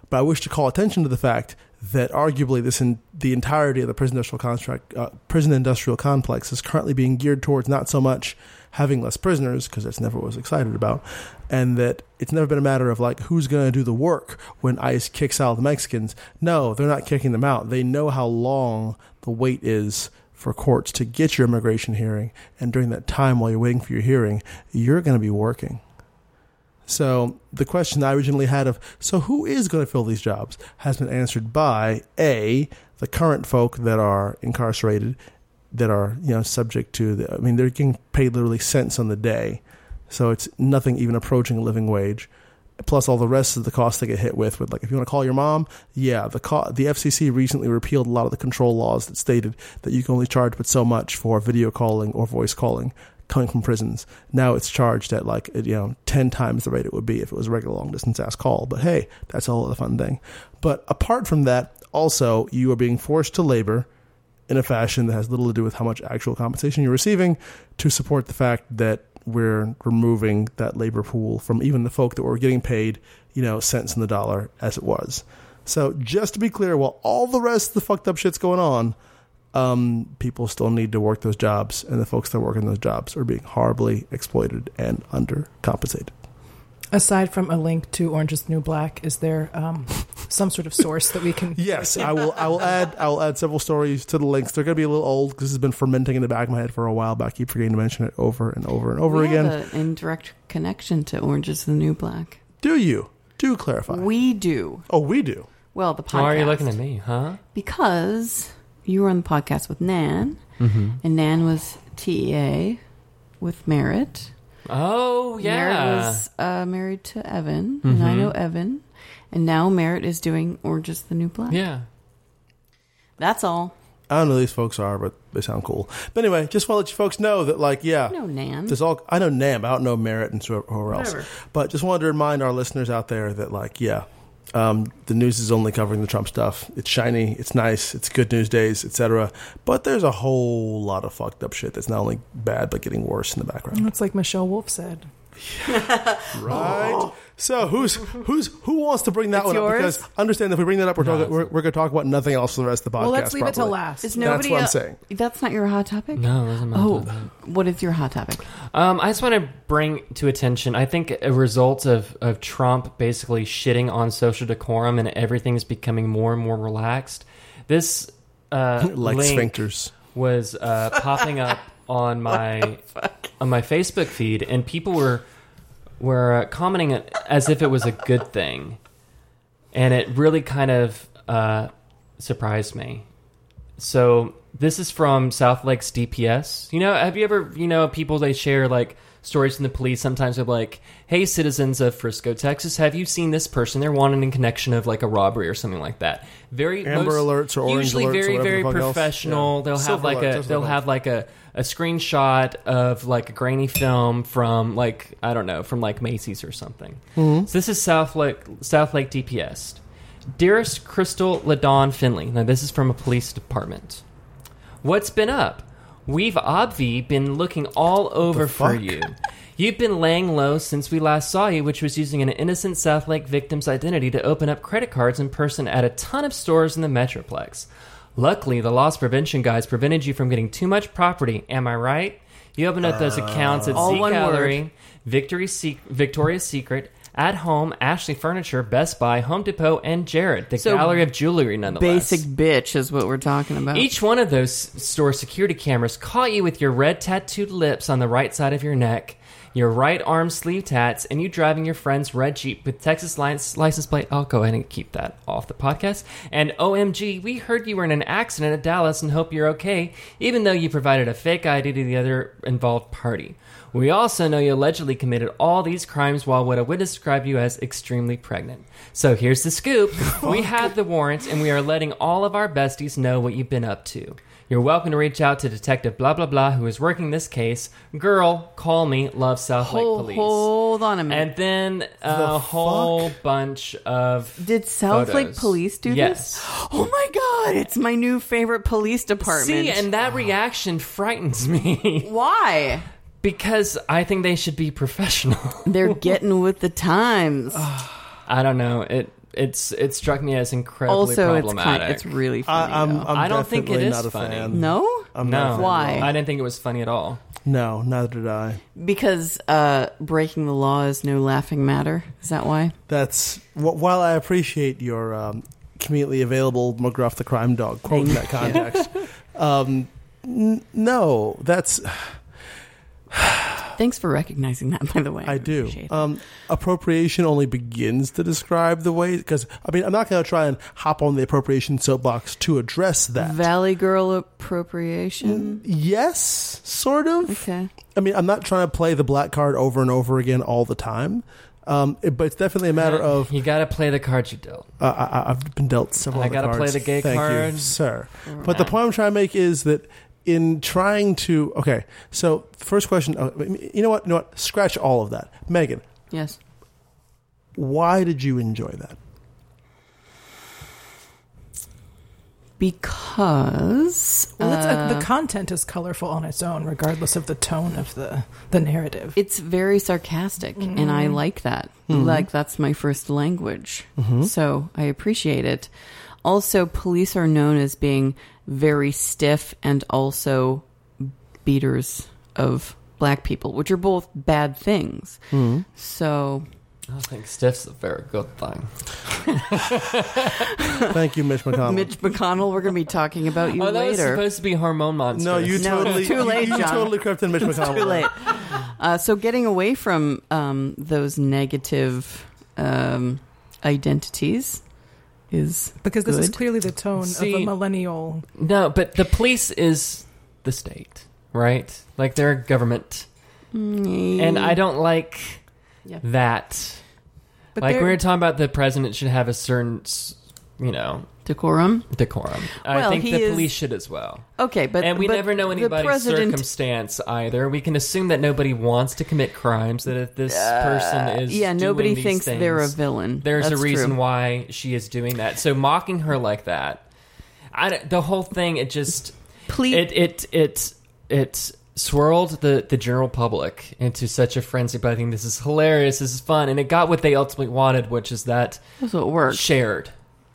C: But I wish to call attention to the fact that arguably this in, the entirety of the prison industrial, contract, uh, prison industrial complex is currently being geared towards not so much having less prisoners, because that's never what I was excited about, and that it's never been a matter of like who's going to do the work when ICE kicks out the Mexicans. No, they're not kicking them out. They know how long the wait is for courts to get your immigration hearing, and during that time while you're waiting for your hearing, you're going to be working. So the question I originally had of so who is going to fill these jobs has been answered by a the current folk that are incarcerated that are you know subject to the I mean they're getting paid literally cents on the day, so it's nothing even approaching a living wage. Plus all the rest of the costs they get hit with. With like if you want to call your mom, yeah, the co- the FCC recently repealed a lot of the control laws that stated that you can only charge but so much for video calling or voice calling coming from prisons. Now it's charged at like you know ten times the rate it would be if it was a regular long distance ass call. But hey, that's a whole other fun thing. But apart from that, also you are being forced to labor in a fashion that has little to do with how much actual compensation you're receiving to support the fact that we're removing that labor pool from even the folk that were getting paid, you know, cents in the dollar as it was. So just to be clear, while all the rest of the fucked up shit's going on, um, people still need to work those jobs, and the folks that are working those jobs are being horribly exploited and undercompensated.
D: Aside from a link to Orange is the New Black, is there um, some sort of source that we can?
C: Yes, I will. I will add. I will add several stories to the links. They're going to be a little old because this has been fermenting in the back of my head for a while. But I keep forgetting to mention it over and over and over
A: we
C: again.
A: Have an indirect connection to Orange is the New Black.
C: do you? Do clarify.
A: We do.
C: oh, we do.
A: Well, the podcast.
B: Why are you looking at me, huh?
A: Because you were on the podcast with Nan,
B: Mm-hmm.
A: and Nan was TEA with Merritt.
B: Oh yeah. Mm-hmm.
A: Merritt was uh, married to Evan, and I know Evan. And now Merritt is doing Orange is the New Black.
B: yeah.
A: That's all.
C: I don't know who these folks are, but they sound cool. But anyway, just want to let you folks know that, like, yeah,
A: No, Nan.
C: There's Mm-hmm. all I know Nam, I don't know Merritt and so- whoever else.
A: Whatever.
C: But just wanted to remind our listeners out there that like, yeah, um, the news is only covering the Trump stuff. It's shiny, it's nice, it's good news days, etc. But there's a whole lot of fucked up shit that's not only bad but getting worse in the background.
D: It's like Michelle Wolf said.
C: Right. So who's who's who wants to bring that
D: It's
C: one up?
D: yours?
C: Because understand if we bring that up, we're talking,
B: it's-
C: we're, we're going to talk about nothing else for the rest of the podcast.
D: well, let's leave it till
C: probably.
D: last.
A: Is
C: That's
A: nobody
C: what I'm
A: el-
C: saying.
A: That's not your hot topic?
B: No, it wasn't my
A: Oh,
B: topic.
A: what is your hot topic?
B: Um, I just want to bring to attention. I think a result of of Trump basically shitting on social decorum and everything's becoming more and more relaxed. This uh,
C: Like
B: link
C: sphincters.
B: was uh, popping up on my on my Facebook feed, and people were were uh, commenting it as if it was a good thing, and it really kind of uh, surprised me. So this is from South Lakes DPS. You know, have you ever, you know, people they share like stories from the police sometimes of like, hey, citizens of Frisco, Texas, have you seen this person? They're wanted in connection of like a robbery or something like that. Very
C: Amber alerts or orange
B: usually
C: alerts or
B: very
C: whatever the
B: very
C: fuck else.
B: professional.
C: Yeah.
B: They'll have
C: Silver
B: like
C: alerts,
B: a
C: that's what
B: they'll
C: they're
B: have like a a screenshot of like a grainy film from like I don't know from like Macy's or something. So this is South Lake South Lake DPS. Dearest Crystal Ladon Finley. Now this is from a police department. What's been up? We've obvi been looking all over for
C: fuck?
B: you. You've been laying low since we last saw you, which was using an innocent Southlake victim's identity to open up credit cards in person at a ton of stores in the Metroplex. Luckily, the loss prevention guys prevented you from getting too much property. Am I right? You opened up those accounts at
A: All
B: Z
A: one word.
B: Gallery, Victory Se- Victoria's Secret, At Home, Ashley Furniture, Best Buy, Home Depot, and Jared, the
A: So,
B: gallery of jewelry, nonetheless.
A: Basic bitch is what we're talking about.
B: Each one of those store security cameras caught you with your red tattooed lips on the right side of your neck, your right arm sleeve tats, and you driving your friend's red Jeep with Texas license, license plate. I'll go ahead and keep that off the podcast. And OMG, we heard you were in an accident at Dallas and hope you're okay, even though you provided a fake ID to the other involved party. We also know you allegedly committed all these crimes while what a witness described you as extremely pregnant. So here's the scoop. We have the warrants and we are letting all of our besties know what you've been up to. You're welcome to reach out to Detective blah blah blah who is working this case. Girl, call me. Love South Lake
A: hold,
B: Police.
A: hold on a minute.
B: and then a
C: The
B: whole bunch of
A: Did South Lake
B: photos.
A: Police do
B: Yes.
A: this? Oh my god, it's my new favorite police department.
B: See, and that reaction frightens me
A: why?
B: because I think they should be professional.
A: They're getting with the times.
B: I don't know. It it's it struck me as incredibly
A: also, it's kind
B: problematic.
A: it's really funny.
C: I, I'm,
A: though.
C: I'm
B: I don't think it
C: definitely
B: is
C: not a
B: funny.
C: fan.
A: no,
C: I'm
B: no,
C: not a fan.
A: Why?
B: I didn't think it was funny at all.
C: No, neither did I.
A: because uh, breaking the law is no laughing matter. Is that why?
C: That's wh- while I appreciate your um, conveniently available McGruff the Crime Dog quote in that context. um, n- no, that's
A: Thanks for recognizing that, by the way.
C: I do.
A: appreciate it.
C: Um, appropriation only begins to describe the way because I mean I'm not going to try and hop on the appropriation soapbox to address that.
A: Valley Girl appropriation.
C: yes, sort of.
A: Okay.
C: I mean, I'm not trying to play the black card over and over again all the time, um, it- but it's definitely a matter
A: Uh-huh.
C: of
B: You got to play the cards you dealt.
C: uh, I- I, I've been dealt several.
B: I
C: other
B: gotta play
C: cards.
B: the gay
C: Thank you,
B: card.
C: sir.
A: Mm-hmm.
C: But the point I'm trying to make is that in trying to okay, so first question, uh, you know what, you know what, scratch all of that, Megan.
A: Yes.
C: Why did you enjoy that?
A: Because
D: Well, it's, uh, the content is colorful on its own, regardless of the tone of the the narrative.
A: it's very sarcastic and I like that.
C: Mm-hmm.
A: Like that's my first language. So I appreciate it. Also, police are known as being very stiff and also beaters of black people, which are both bad things.
B: Hmm?
A: So
B: I don't think stiff's a very good thing.
C: Thank you, Mitch McConnell.
A: Mitch McConnell, we're going to be talking about you
B: oh, that was
A: later.
B: supposed to be hormone monsters.
C: no, you
A: No,
C: totally,
A: too
C: you-
A: late,
C: you,
A: John.
C: totally crept in Mitch McConnell.
A: Too late. Uh, so getting away from um, those negative um, identities is
D: Because this is
A: Good.
D: clearly the tone of
B: See-
D: a millennial.
B: no, but the police is the state, right? Like they're a government, and I don't like
A: Yeah.
B: that.
D: But
B: like
D: they're-
B: we were talking about, the president should have a certain, s- you know,
A: decorum.
B: decorum. I
A: Well,
B: think
A: he
B: the
A: is-
B: police should as well.
A: Okay, but
B: and we
A: but
B: never know
A: the
B: anybody's
A: president-
B: circumstance either. We can assume that nobody wants to commit crimes. That if this person is,
A: Uh, Yeah,
B: doing
A: nobody
B: these
A: thinks
B: things,
A: they're a villain.
B: There's
A: That's
B: a reason
A: true.
B: why she is doing that. So mocking her like that, I don't- the whole thing it just
A: Please,
B: it it it it swirled the the general public into such a frenzy. But I think this is hilarious. This is fun, and it got what they ultimately wanted, which is that
A: that's what works.
B: shared.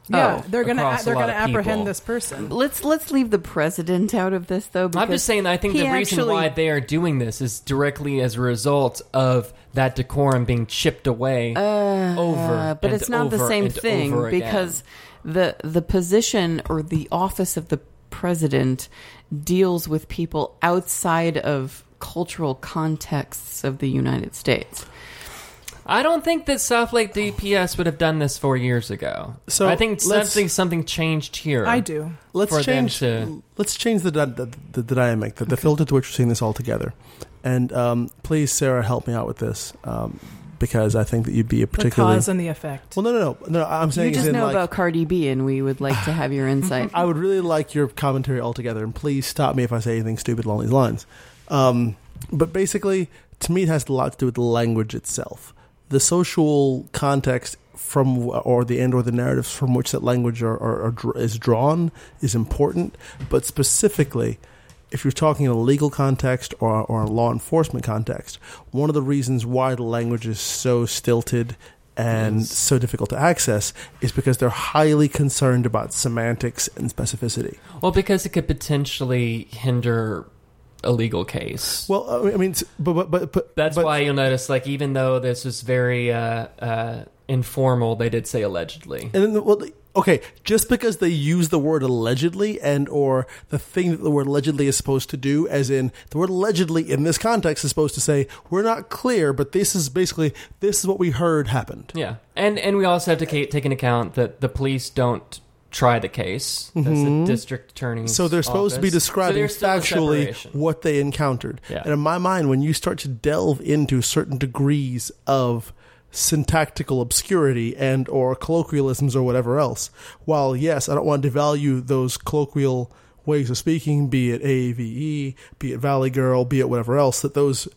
D: Yeah,
A: Oh,
D: they're gonna
B: across a
D: they're
B: lot
D: gonna
B: of
D: apprehend
B: people.
D: this person.
A: Let's let's leave the president out of this though. Because
B: I'm just saying. that I think
A: he
B: the reason
A: actually-
B: why they are doing this is directly as a result of that decorum being chipped away over,
A: Uh, but
B: and
A: it's not the
B: over
A: same
B: and
A: thing
B: over again.
A: because the the position or the office of the president deals with people outside of cultural contexts of the United States.
B: I don't think that South Lake DPS would have done this four years ago.
C: So,
B: So I think
C: let's-
B: something something changed here.
D: I do.
C: Let's
B: for them
C: change.
B: to-
C: Let's change the dy- the, the, the dynamic, the, the filter to which we're seeing this all together. And um, please, Sarah, help me out with this um, because I think that you'd be a
D: The
C: particularly
D: cause and the effect.
C: well. No, no, no, no. I'm saying
A: You
C: is
A: just
C: in,
A: know
C: like,
A: about Cardi B, and we would like to have your insight.
C: I would really like your commentary altogether, and please stop me if I say anything stupid along these lines. Um, but basically, to me, it has a lot to do with the language itself, the social context from or the and or the narratives from which that language are, are, are dr- is drawn is important. But specifically, if you're talking in a legal context or, or a law enforcement context, one of the reasons why the language is so stilted and
B: Yes.
C: so difficult to access is because they're highly concerned about semantics and specificity.
B: well, because it could potentially hinder a legal case.
C: Well, I mean, it's- but but but, but
B: That's
C: but-
B: why you'll notice, like, even though this was very uh, uh, informal, they did say allegedly.
C: And then, well, okay, just because they use the word allegedly and or the thing that the word allegedly is supposed to do, as in the word allegedly in this context is supposed to say we're not clear, but this is basically this is what we heard happened.
B: Yeah, and and we also have to ca- take into account that the police don't try the case. That's the district attorney's.
C: Mm-hmm. So they're supposed to be
B: office. So
C: describing
B: there's still a
C: factually
B: separation.
C: what they encountered.
B: Yeah.
C: And in my mind, when you start to delve into certain degrees of syntactical obscurity and or colloquialisms or whatever else, while yes, I don't want to devalue those colloquial ways of speaking, be it AAVE, be it Valley Girl, be it whatever else, that those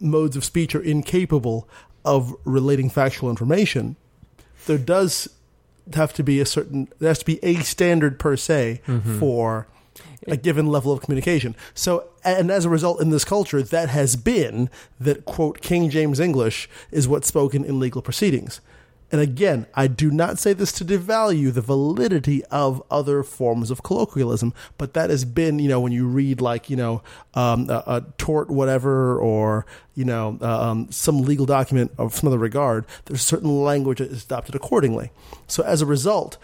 C: modes of speech are incapable of relating factual information there does have to be a certain there has to be a standard per se for a given level of communication. So and as a result in this culture that has been that quote King James English is what's spoken in legal proceedings. And again, I do not say this to devalue the validity of other forms of colloquialism, but that has been, you know, when you read like, you know, um, a, a tort whatever or, you know, um, some legal document of some other regard, there's certain language that is adopted accordingly. So as a result,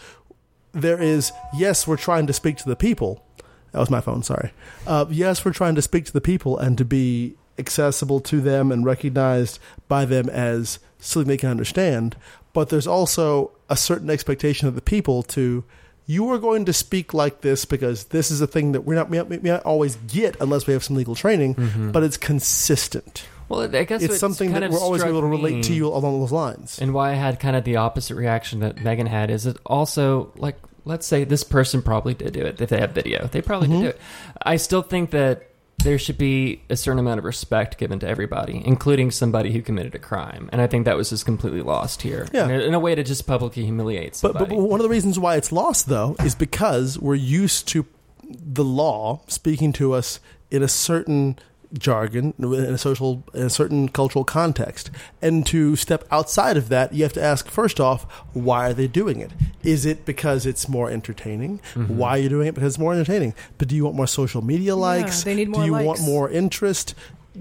C: there is, yes, we're trying to speak to the people. That was my phone, sorry. Uh, yes, we're trying to speak to the people and to be accessible to them and recognized by them as something they can understand. But there's also a certain expectation of the people to, you are going to speak like this because this is a thing that we're not, we may not always get unless we have some legal training, but it's consistent.
B: Well, I guess
C: It's
B: what's
C: something
B: kind
C: that
B: of
C: we're always
B: struck
C: able to
B: me-
C: relate to you along those lines.
B: And why I had kind of the opposite reaction that Megan had is it also like let's say this person probably did do it if they have video they probably
C: Mm-hmm.
B: did do it. I still think that there should be a certain amount of respect given to everybody, including somebody who committed a crime, and I think that was just completely lost here.
C: Yeah.
B: in a, in a way to just publicly humiliate
C: But,
B: somebody.
C: but but one of the reasons why it's lost, though, is because we're used to the law speaking to us in a certain jargon, in a social, in a certain cultural context, and to step outside of that, you have to ask first off, why are they doing it? Is it because it's more entertaining? Why are you doing it? Because it's more entertaining. But do you want more social media likes?
D: they need more
C: do you want
D: likes.
C: more interest?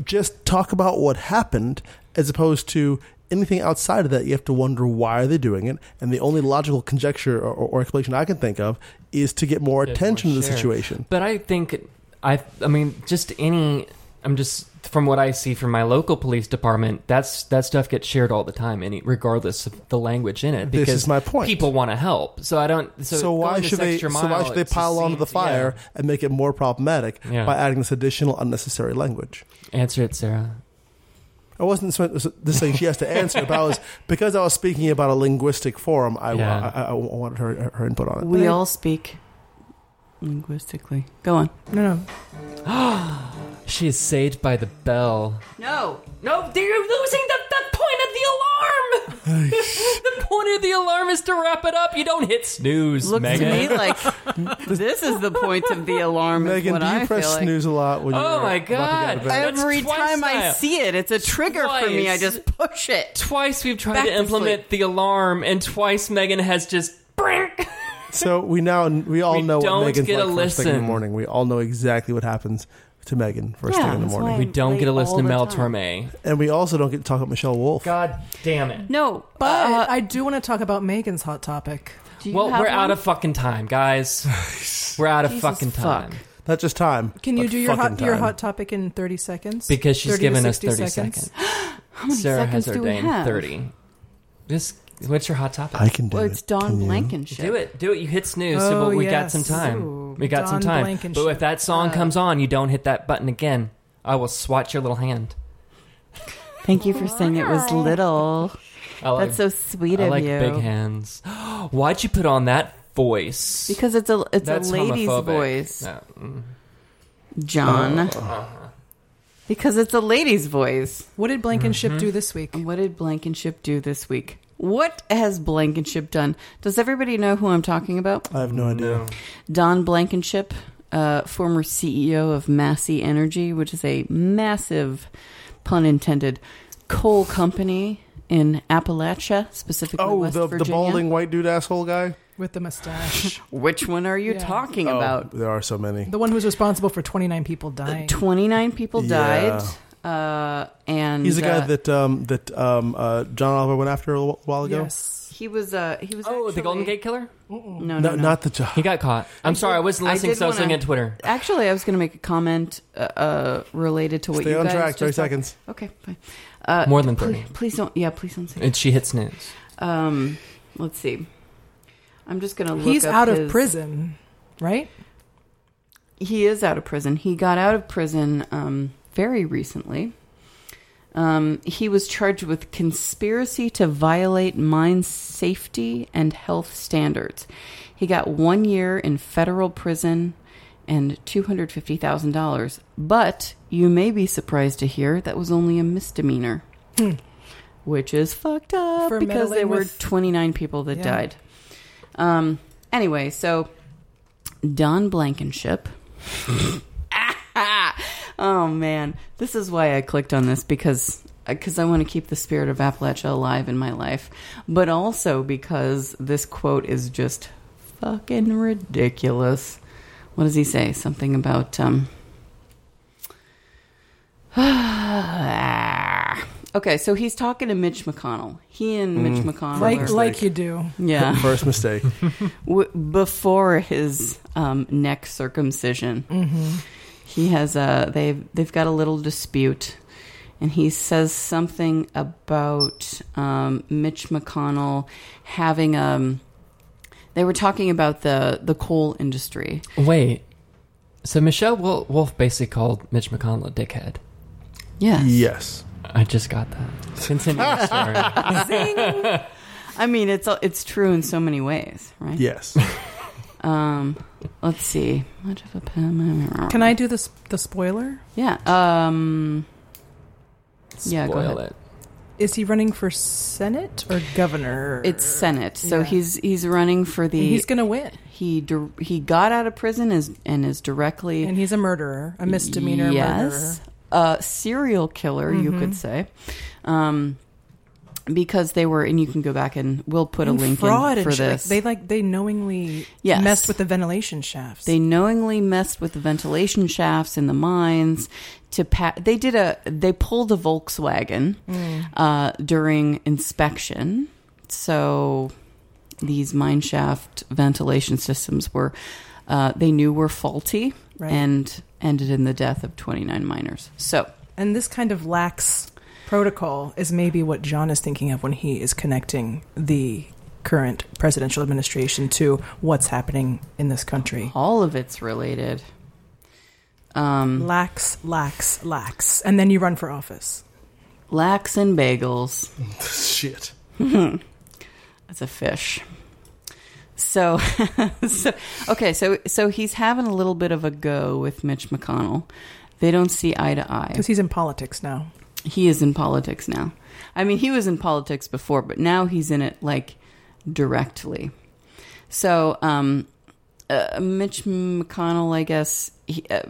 C: Just talk about what happened, as opposed to anything outside of that. You have to wonder why are they doing it, and the only logical conjecture or, or explanation I can think of is to get more
B: Get more
C: attention to the
B: share.
C: situation.
B: But I think I I mean just any I'm just from what I see from my local police department that's that stuff gets shared all the time any regardless of the language in it
C: This
B: because
C: is my point.
B: people want to help so I don't so,
C: So, why
B: going this
C: should they?
B: extra
C: so why
B: mile,
C: should they
B: it just
C: pile onto the
B: seems- yeah.
C: fire and make it more problematic
B: Yeah.
C: by adding this additional unnecessary language?
B: answer it Sarah
C: I wasn't so- so- this saying she has to answer, but I was because I was speaking about a linguistic forum. I, wa-
B: Yeah.
C: I, I wanted her her input on it.
A: we
D: I-
A: all speak linguistically. Go on.
D: No, no.
B: she is saved by the bell
A: No.
B: no you're losing the, the point of the alarm the point of the alarm is to wrap it up you don't hit snooze
A: Looks
B: Megan.
A: to me like this is the point of the alarm. is
C: Megan,
A: what
C: do you
A: I
C: press
A: feel like.
C: snooze a lot? When
B: Oh
C: you're
B: my
C: about to get out of
B: God.
C: bed?
B: That's
A: Every
B: twice
A: time I
B: now.
A: see it, it's a trigger for me. I
B: Twice.
A: just push it.
B: twice we've tried
A: Back
B: to
A: to
B: implement the alarm, and twice Megan has just.
C: So we now we all
B: We
C: know what
B: don't
C: Megan's
B: get a
C: like first thing in
B: listen.
C: the morning. We all know exactly what happens to Megan first
A: Yeah,
C: thing in the
A: that's
C: morning,
A: why-
B: We don't get to
A: Late
B: listen
A: all
B: to
A: the time.
B: Mel Torme.
C: and we also don't get to talk about Michelle Wolf.
B: God damn it.
A: No,
D: But
A: uh,
D: I do want to talk about Megan's hot topic.
A: do you
B: Well,
A: have
B: we're out
A: one?
B: of fucking time, guys. We're out of
A: Jesus
B: fucking time.
A: fuck.
C: Not just time.
D: Can you
C: but
D: do your hot
C: fucking
D: your
C: time.
D: hot topic in thirty seconds?
B: Because she's
D: 30 to
B: given us
D: 60
B: 30 seconds.
A: How many
B: Sarah
A: seconds
B: has
A: do we
B: ordained
A: have?
B: thirty. Just what's your hot topic?
C: I can do
A: Well,
C: it.
A: it's Don
C: Can you?
A: Blankenship.
B: Do it, do it. You hit snooze,
D: Oh,
B: so we got
D: yes.
B: some time.
D: Ooh,
B: we got some
D: Don
B: time.
D: Blankenship.
B: But if that song
D: Uh,
B: comes on, you don't hit that button again. I will swat your little hand.
A: Thank you for saying it was little.
B: I like,
A: That's so sweet
B: Oh, I
A: of
B: like
A: you.
B: big hands. Why'd you put on that voice?
A: Because it's a it's
B: That's
A: a lady's
B: homophobic.
A: voice,
B: No, mm.
A: John.
B: Oh.
A: Because it's a lady's voice.
D: What did
B: Mm-hmm.
D: Blankenship do this week?
A: And what did Blankenship do this week? What has Blankenship done? Does everybody know who I'm talking about?
C: I have no idea.
A: Don Blankenship, uh, former CEO of Massey Energy, which is a massive, pun intended, coal company in Appalachia, specifically
C: Oh,
A: West
C: the, the
A: Virginia.
C: balding white dude asshole guy?
D: With the mustache.
A: Which one are you
D: Yeah.
A: talking
C: Oh,
A: about?
C: there are so many.
D: the one who's responsible for 29 people dying.
A: 29 people
C: Yeah.
A: died. Uh, and
C: He's the guy
A: uh,
C: that um, that um, uh, John Oliver went after a little while ago.
D: Yes.
A: he was uh he was
B: Oh, the
A: actually-
B: Golden Gate Killer?
A: no,
C: No,
A: no, no.
C: not the John.
B: He got caught. I'm sorry, I wasn't
A: I
B: listening,
A: did
B: so I was
A: wanna-
B: looking at Twitter.
A: actually I was going to make a comment uh, uh related to what
C: Stay
A: you
C: on
A: guys
C: track. Thirty
A: just-
C: seconds.
A: Okay, fine. Uh,
B: More than
A: please,
B: 30.
A: please don't yeah, please don't say.
B: And she hits snooze.
A: Um let's see. I'm just going to look
D: He's
A: up
D: out of
A: his-
D: prison, right?
A: He is out of prison. He got out of prison um very recently. Um, he was charged with conspiracy to violate mine safety and health standards. He got one year in federal prison and $250,000. But you may be surprised to hear that was only a misdemeanor, which is fucked up
D: Hmm. For
A: because there
D: meddling
A: were
D: with-
A: 29 people that
D: Yeah.
A: died. Um, anyway, so Don Blankenship. Oh man, this is why I clicked on this because because I want to keep the spirit of Appalachia alive in my life, but also because this quote is just fucking ridiculous. What does he say? Something about um Ah. Okay, so he's talking to Mitch McConnell. He and Mitch McConnell
D: Like
A: are-
D: like you do.
A: yeah
C: First mistake.
A: w- before his um, neck circumcision.
D: Mm-hmm.
A: He has a they've they've got a little dispute, and he says something about um, Mitch McConnell having um They were talking about the the coal industry.
B: Wait. So Michelle Wol- Wolf basically called Mitch McConnell a dickhead.
A: Yes.
C: yes.
B: I just got that. Continue the story.
A: I mean it's it's true in so many ways, right?
C: Yes.
A: Um, let's see. Much of a
D: Can I do this the spoiler?
A: Yeah. Um. Yeah, go
B: Spoil
A: ahead.
B: it.
D: Is he running for senate or governor?
A: It's Senate, so
D: Yeah.
A: he's he's running for the
D: And he's going to win.
A: he dir- he got out of prison is and is directly
D: And he's a murderer, a misdemeanor Mm-hmm.
A: yes, a serial killer, you could say, um, because they were and you can go back and we'll put
D: murderer. And
A: a link
D: fraud
A: in
D: and
A: for
D: shit. Like,
A: this.
D: They like they knowingly
A: Yes.
D: messed with the ventilation shafts.
A: They knowingly messed with the ventilation shafts in the mines to pa- they did a they pulled a Volkswagen uh, during inspection. So these mine shaft ventilation systems were uh, they knew were faulty
D: Right.
A: and ended in the death of 29 miners. So
D: and this kind of lax protocol is maybe what John is thinking of when he is connecting the current presidential administration to what's happening in this country.
A: all of it's related. Um,
D: Lax, lax, lax. And then you run for office.
A: lax and bagels.
C: Shit.
A: It's a fish. So, so okay, so so he's having a little bit of a go with Mitch McConnell. They don't see eye to eye.
D: Because he's in politics now.
A: He is in politics now. I mean, he was in politics before, but now he's in it like directly. So, um, uh, Mitch McConnell, I guess, he, uh,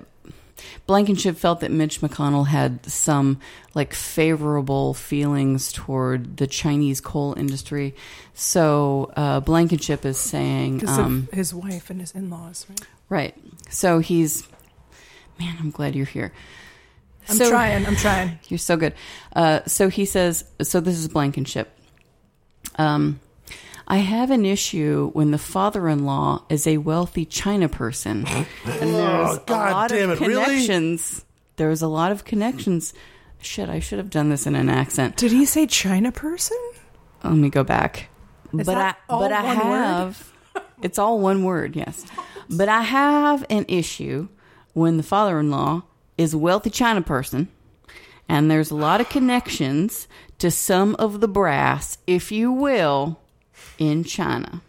A: Blankenship felt that Mitch McConnell had some like favorable feelings toward the Chinese coal industry. So, uh, Blankenship is saying,
D: Because
A: um,
D: of his wife and his in laws, right?
A: right. So he's, man, I'm glad you're here.
D: I'm trying, I'm trying.
A: You're so good. Uh, so he says, so this is Blankenship. Um, I have an issue when the father in law is a wealthy China person. And there's
C: God
A: a lot
C: damn
A: of
C: it, really?
A: connections. There's a lot of connections Shit, I should have done this in an accent.
D: Did he say China person?
A: Let me go back.
D: Is
A: but I
D: that all
A: but I
D: one word?
A: have it's all one word, yes. But I have an issue when the father-in-law is a wealthy China person and there's a lot of connections to some of the brass, if you will, in China.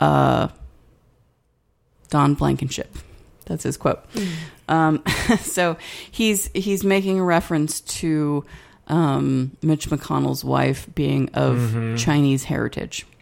A: Uh Don Blankenship. That's his quote. Um, so he's he's making a reference to um, Mitch McConnell's wife being of Chinese heritage.
C: Mm-hmm.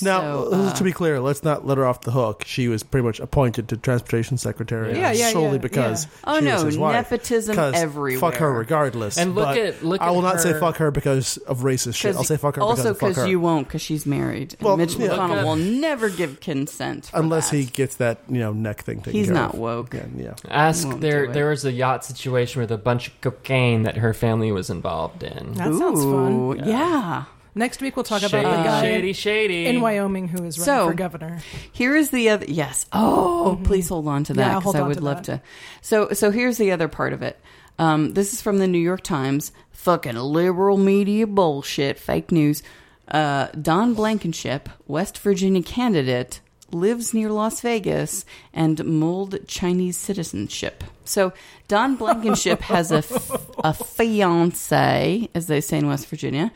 C: Now,
A: So, uh,
C: to be clear, let's not let her off the hook. She was pretty much appointed to transportation secretary
D: Yeah, yeah,
C: solely
D: yeah,
C: because
D: yeah.
A: Oh
C: she was
A: no,
C: his wife.
A: nepotism
C: 'Cause
A: everywhere.
C: Fuck her regardless.
B: And look
C: But
B: at- look
C: I will
B: at
C: not say
B: her-
C: fuck her because of racist shit.
A: 'Cause-
C: I'll say fuck her
A: also
C: because of fuck her.
A: you won't, because she's married. And
C: Well,
A: Mitch
C: yeah.
A: McConnell
B: Look at-
A: will never give consent for
C: Unless
A: that.
C: he gets that you know neck thing taken
A: He's
C: care
A: not
C: of.
A: woke.
C: Yeah, yeah.
B: Ask
A: Won't do
B: there.
A: it.
B: There was a yacht situation with a bunch of cocaine that her family was involved in.
D: That sounds fun.
A: Ooh, Yeah.
D: Next week we'll talk
B: shady,
D: about the guy
B: shady, shady.
D: in Wyoming who is running
A: So-
D: for governor.
A: Here is the other. Yes. Oh, please hold on to that
D: Mm-hmm. Yeah,
A: because
D: hold
A: I
D: on
A: would
D: to
A: love
D: that.
A: to. So, so here's the other part of it. Um, this is from the New York Times. Fucking liberal media bullshit, fake news. Uh, Don Blankenship, West Virginia candidate, lives near Las Vegas and mulled Chinese citizenship. So Don Blankenship has a f- a fiance, as they say in West Virginia,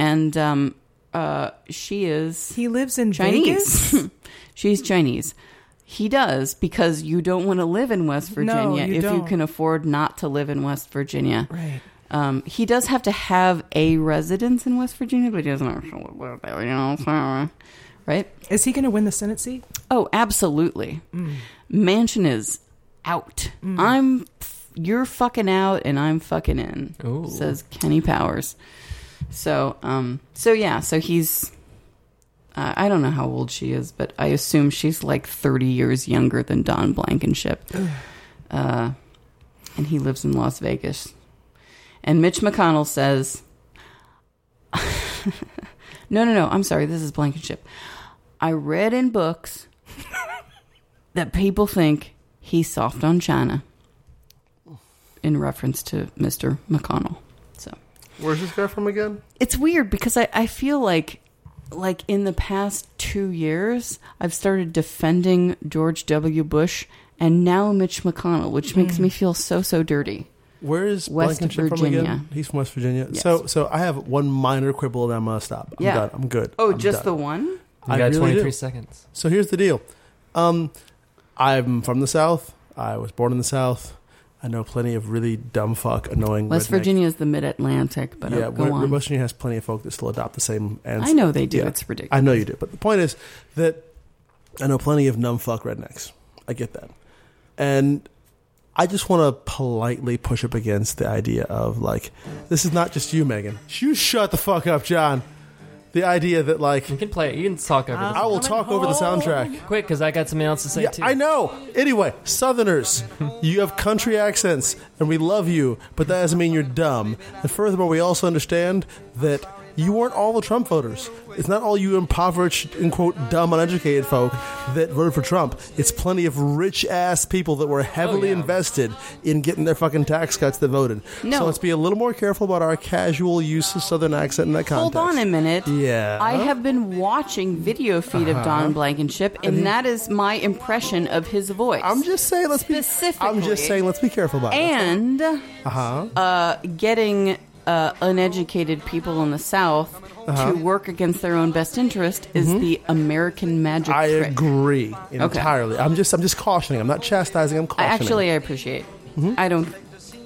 A: and um, uh, she is
D: He lives in Vegas.
A: Chinese. She's Chinese. He does because you don't want to live in West
D: No,
A: Virginia
D: you
A: if you
D: don't.
A: can afford not to live in West Virginia.
D: Right.
A: Um, he does have to have a residence in West Virginia, but he doesn't actually live there. You know, so, right?
D: Is he going to win the Senate seat? Mm.
A: Oh, absolutely. Mansion is out. I'm. You're fucking out, and I'm fucking in.
B: Ooh.
A: Says Kenny Powers. So, um, so yeah, so he's. Uh, I don't know how old she is, but I assume she's like 30 years younger than Don Blankenship. uh, and he lives in Las Vegas. And Mitch McConnell says, No, no, no, I'm sorry, this is Blankenship. I read in books that people think he's soft on China in reference to Mr. McConnell. So
C: Where's this guy from again?
A: it's weird because I, I feel like like in the past two years I've started defending George W. Bush and now Mitch McConnell, which makes me feel so so dirty.
C: Where is
A: West
C: Blankenship
A: Virginia.
C: from again? He's from West Virginia.
A: Yes.
C: So, so I have one minor quibble, and I'm gonna stop. I'm
A: Yeah.
C: done. I'm good.
A: Oh,
C: I'm
A: just
C: done.
A: the one?
B: You
C: I
B: got
C: really do.
B: 23 seconds.
C: So here's the deal. Um, I'm from the South. I was born in the South. I know plenty of really dumb fuck annoying.
A: West
C: redneck-
A: Virginia is the mid Atlantic, but
C: yeah,
A: uh, go
C: West-
A: on.
C: West Virginia has plenty of folk that still adopt the same. And
A: I know they do.
C: Yeah.
A: It's ridiculous.
C: I know you do, but the point is that I know plenty of numb fuck rednecks. I get that, and I just want to politely push up against the idea of like, this is not just you, Megan. You shut the fuck up, John. The idea that like
B: You can play it. You can talk over
C: I
D: Coming
C: will talk over the
D: home.
C: soundtrack.
B: this quick because I got something else to say
C: Yeah,
B: too.
C: I know. Anyway, Southerners, you have country accents, and we love you, but that doesn't mean you're dumb. And furthermore, we also understand that you weren't all the Trump voters. It's not all you impoverished and quote dumb uneducated folk that voted for Trump. It's plenty of rich ass people that were heavily
A: Oh,
B: yeah.
C: invested in getting their fucking tax cuts that voted.
A: No.
C: So let's be a little more careful about our casual use of Southern accent in that
A: Hold
C: context.
A: on a minute.
C: Yeah. Uh-huh.
A: I have been watching video feed of Don Blankenship, and that is my impression of his voice.
C: I'm just saying. Let's be. I'm
A: Specifically.
C: just saying. Let's be careful about it.
A: and
C: Uh huh.
A: uh, getting uh, uneducated people in the South
C: Uh-huh.
A: to work against their own best interest is the American magic
C: Mm-hmm. I
A: trick.
C: agree entirely. I'm just I'm just cautioning. I'm not chastising. I'm
A: I
C: cautioning.
A: actually I appreciate.
C: Mm-hmm.
A: I don't.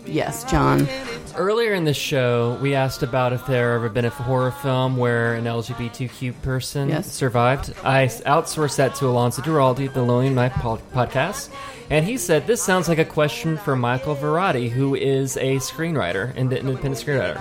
A: Yes, John.
B: Earlier in the show, we asked about if there ever been a horror film where an LGBTQ person
A: Yes.
B: survived. I s- outsourced that to Alonso Duraldi, the Lonely Night po- podcast, and he said this sounds like a question for Michael Verratti, who is a screenwriter and an independent screenwriter.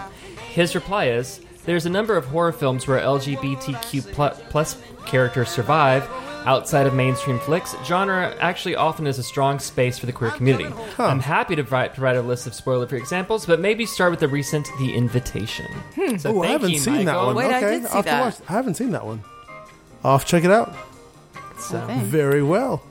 B: His reply is: There's a number of horror films where LGBTQ pl- plus characters survive. Outside of mainstream flicks, genre actually often is a strong space for the queer community. I'm happy to provide, provide a list of spoiler-free examples, but maybe start with the recent "The Invitation." So
C: Oh, I
B: thank
C: haven't
B: you,
C: seen that
B: Michael.
C: one.
A: Wait, I
C: okay,
A: did see
C: I'll have to
A: that.
C: watch- I haven't seen that one. Off, check it out.
B: So-
A: Okay.
C: Very well.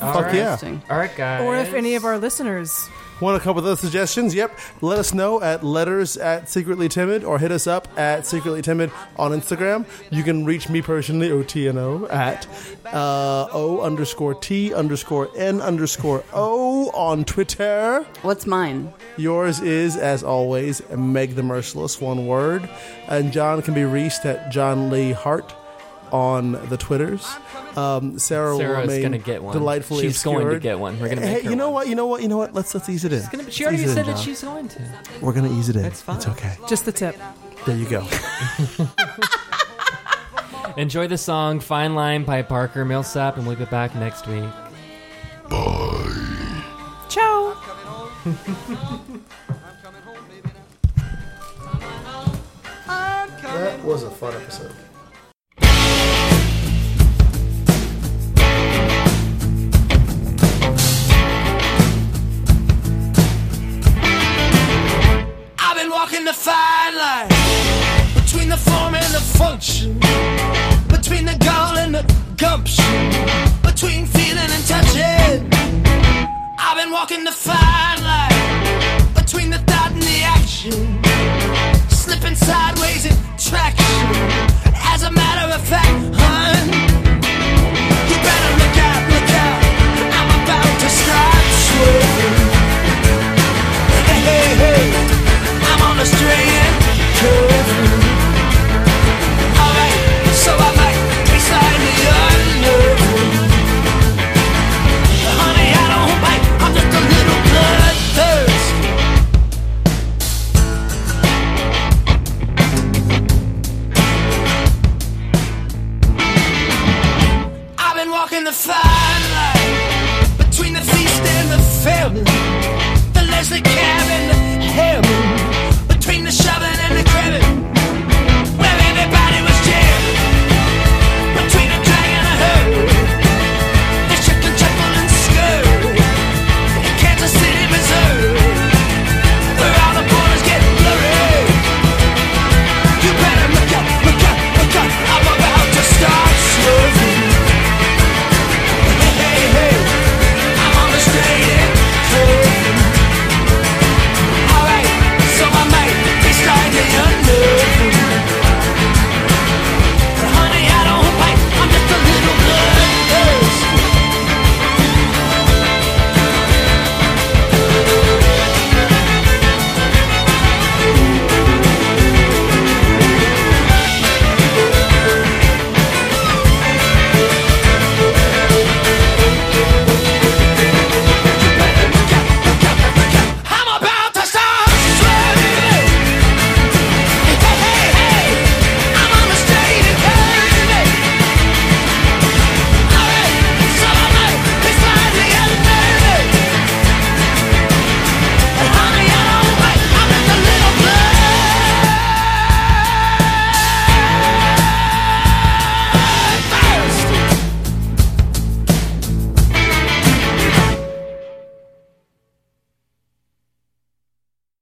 B: all
C: Fuck
B: right.
C: yeah.
A: Interesting.
B: All right, guys.
D: Or if any of our listeners
C: Want a couple of other suggestions? Yep. Let us know at letters at secretly timid or hit us up at secretly timid on Instagram. You can reach me personally, OTNO, at uh, O underscore T underscore N underscore O on Twitter.
A: What's mine?
C: Yours is, as always, Meg the Merciless, one word. And John can be reached at John Lee Hart on the Twitters. Um, Sarah will
B: Sarah's
C: remain
B: gonna get one.
C: delightfully
B: She's going to
C: obscured.
B: get one. We're gonna
C: Hey,
B: make her
C: you know
B: one.
C: what? You know what? You know what? Let's let's ease it in.
B: she
C: Let's
B: already
C: ease it
B: said
C: in,
B: that
C: John.
B: she's going to.
C: We're gonna ease it in.
B: That's fine.
C: It's okay.
D: Just the tip.
C: There you go.
B: Enjoy the song Fine Line by Parker Millsap, and we'll be back next week.
D: Ciao.
C: That was a fun episode.
E: I've been walking the fine line between the form and the function, between the gall and the gumption, between feeling and touching. I've been walking the fine line between the thought and the action, slipping sideways and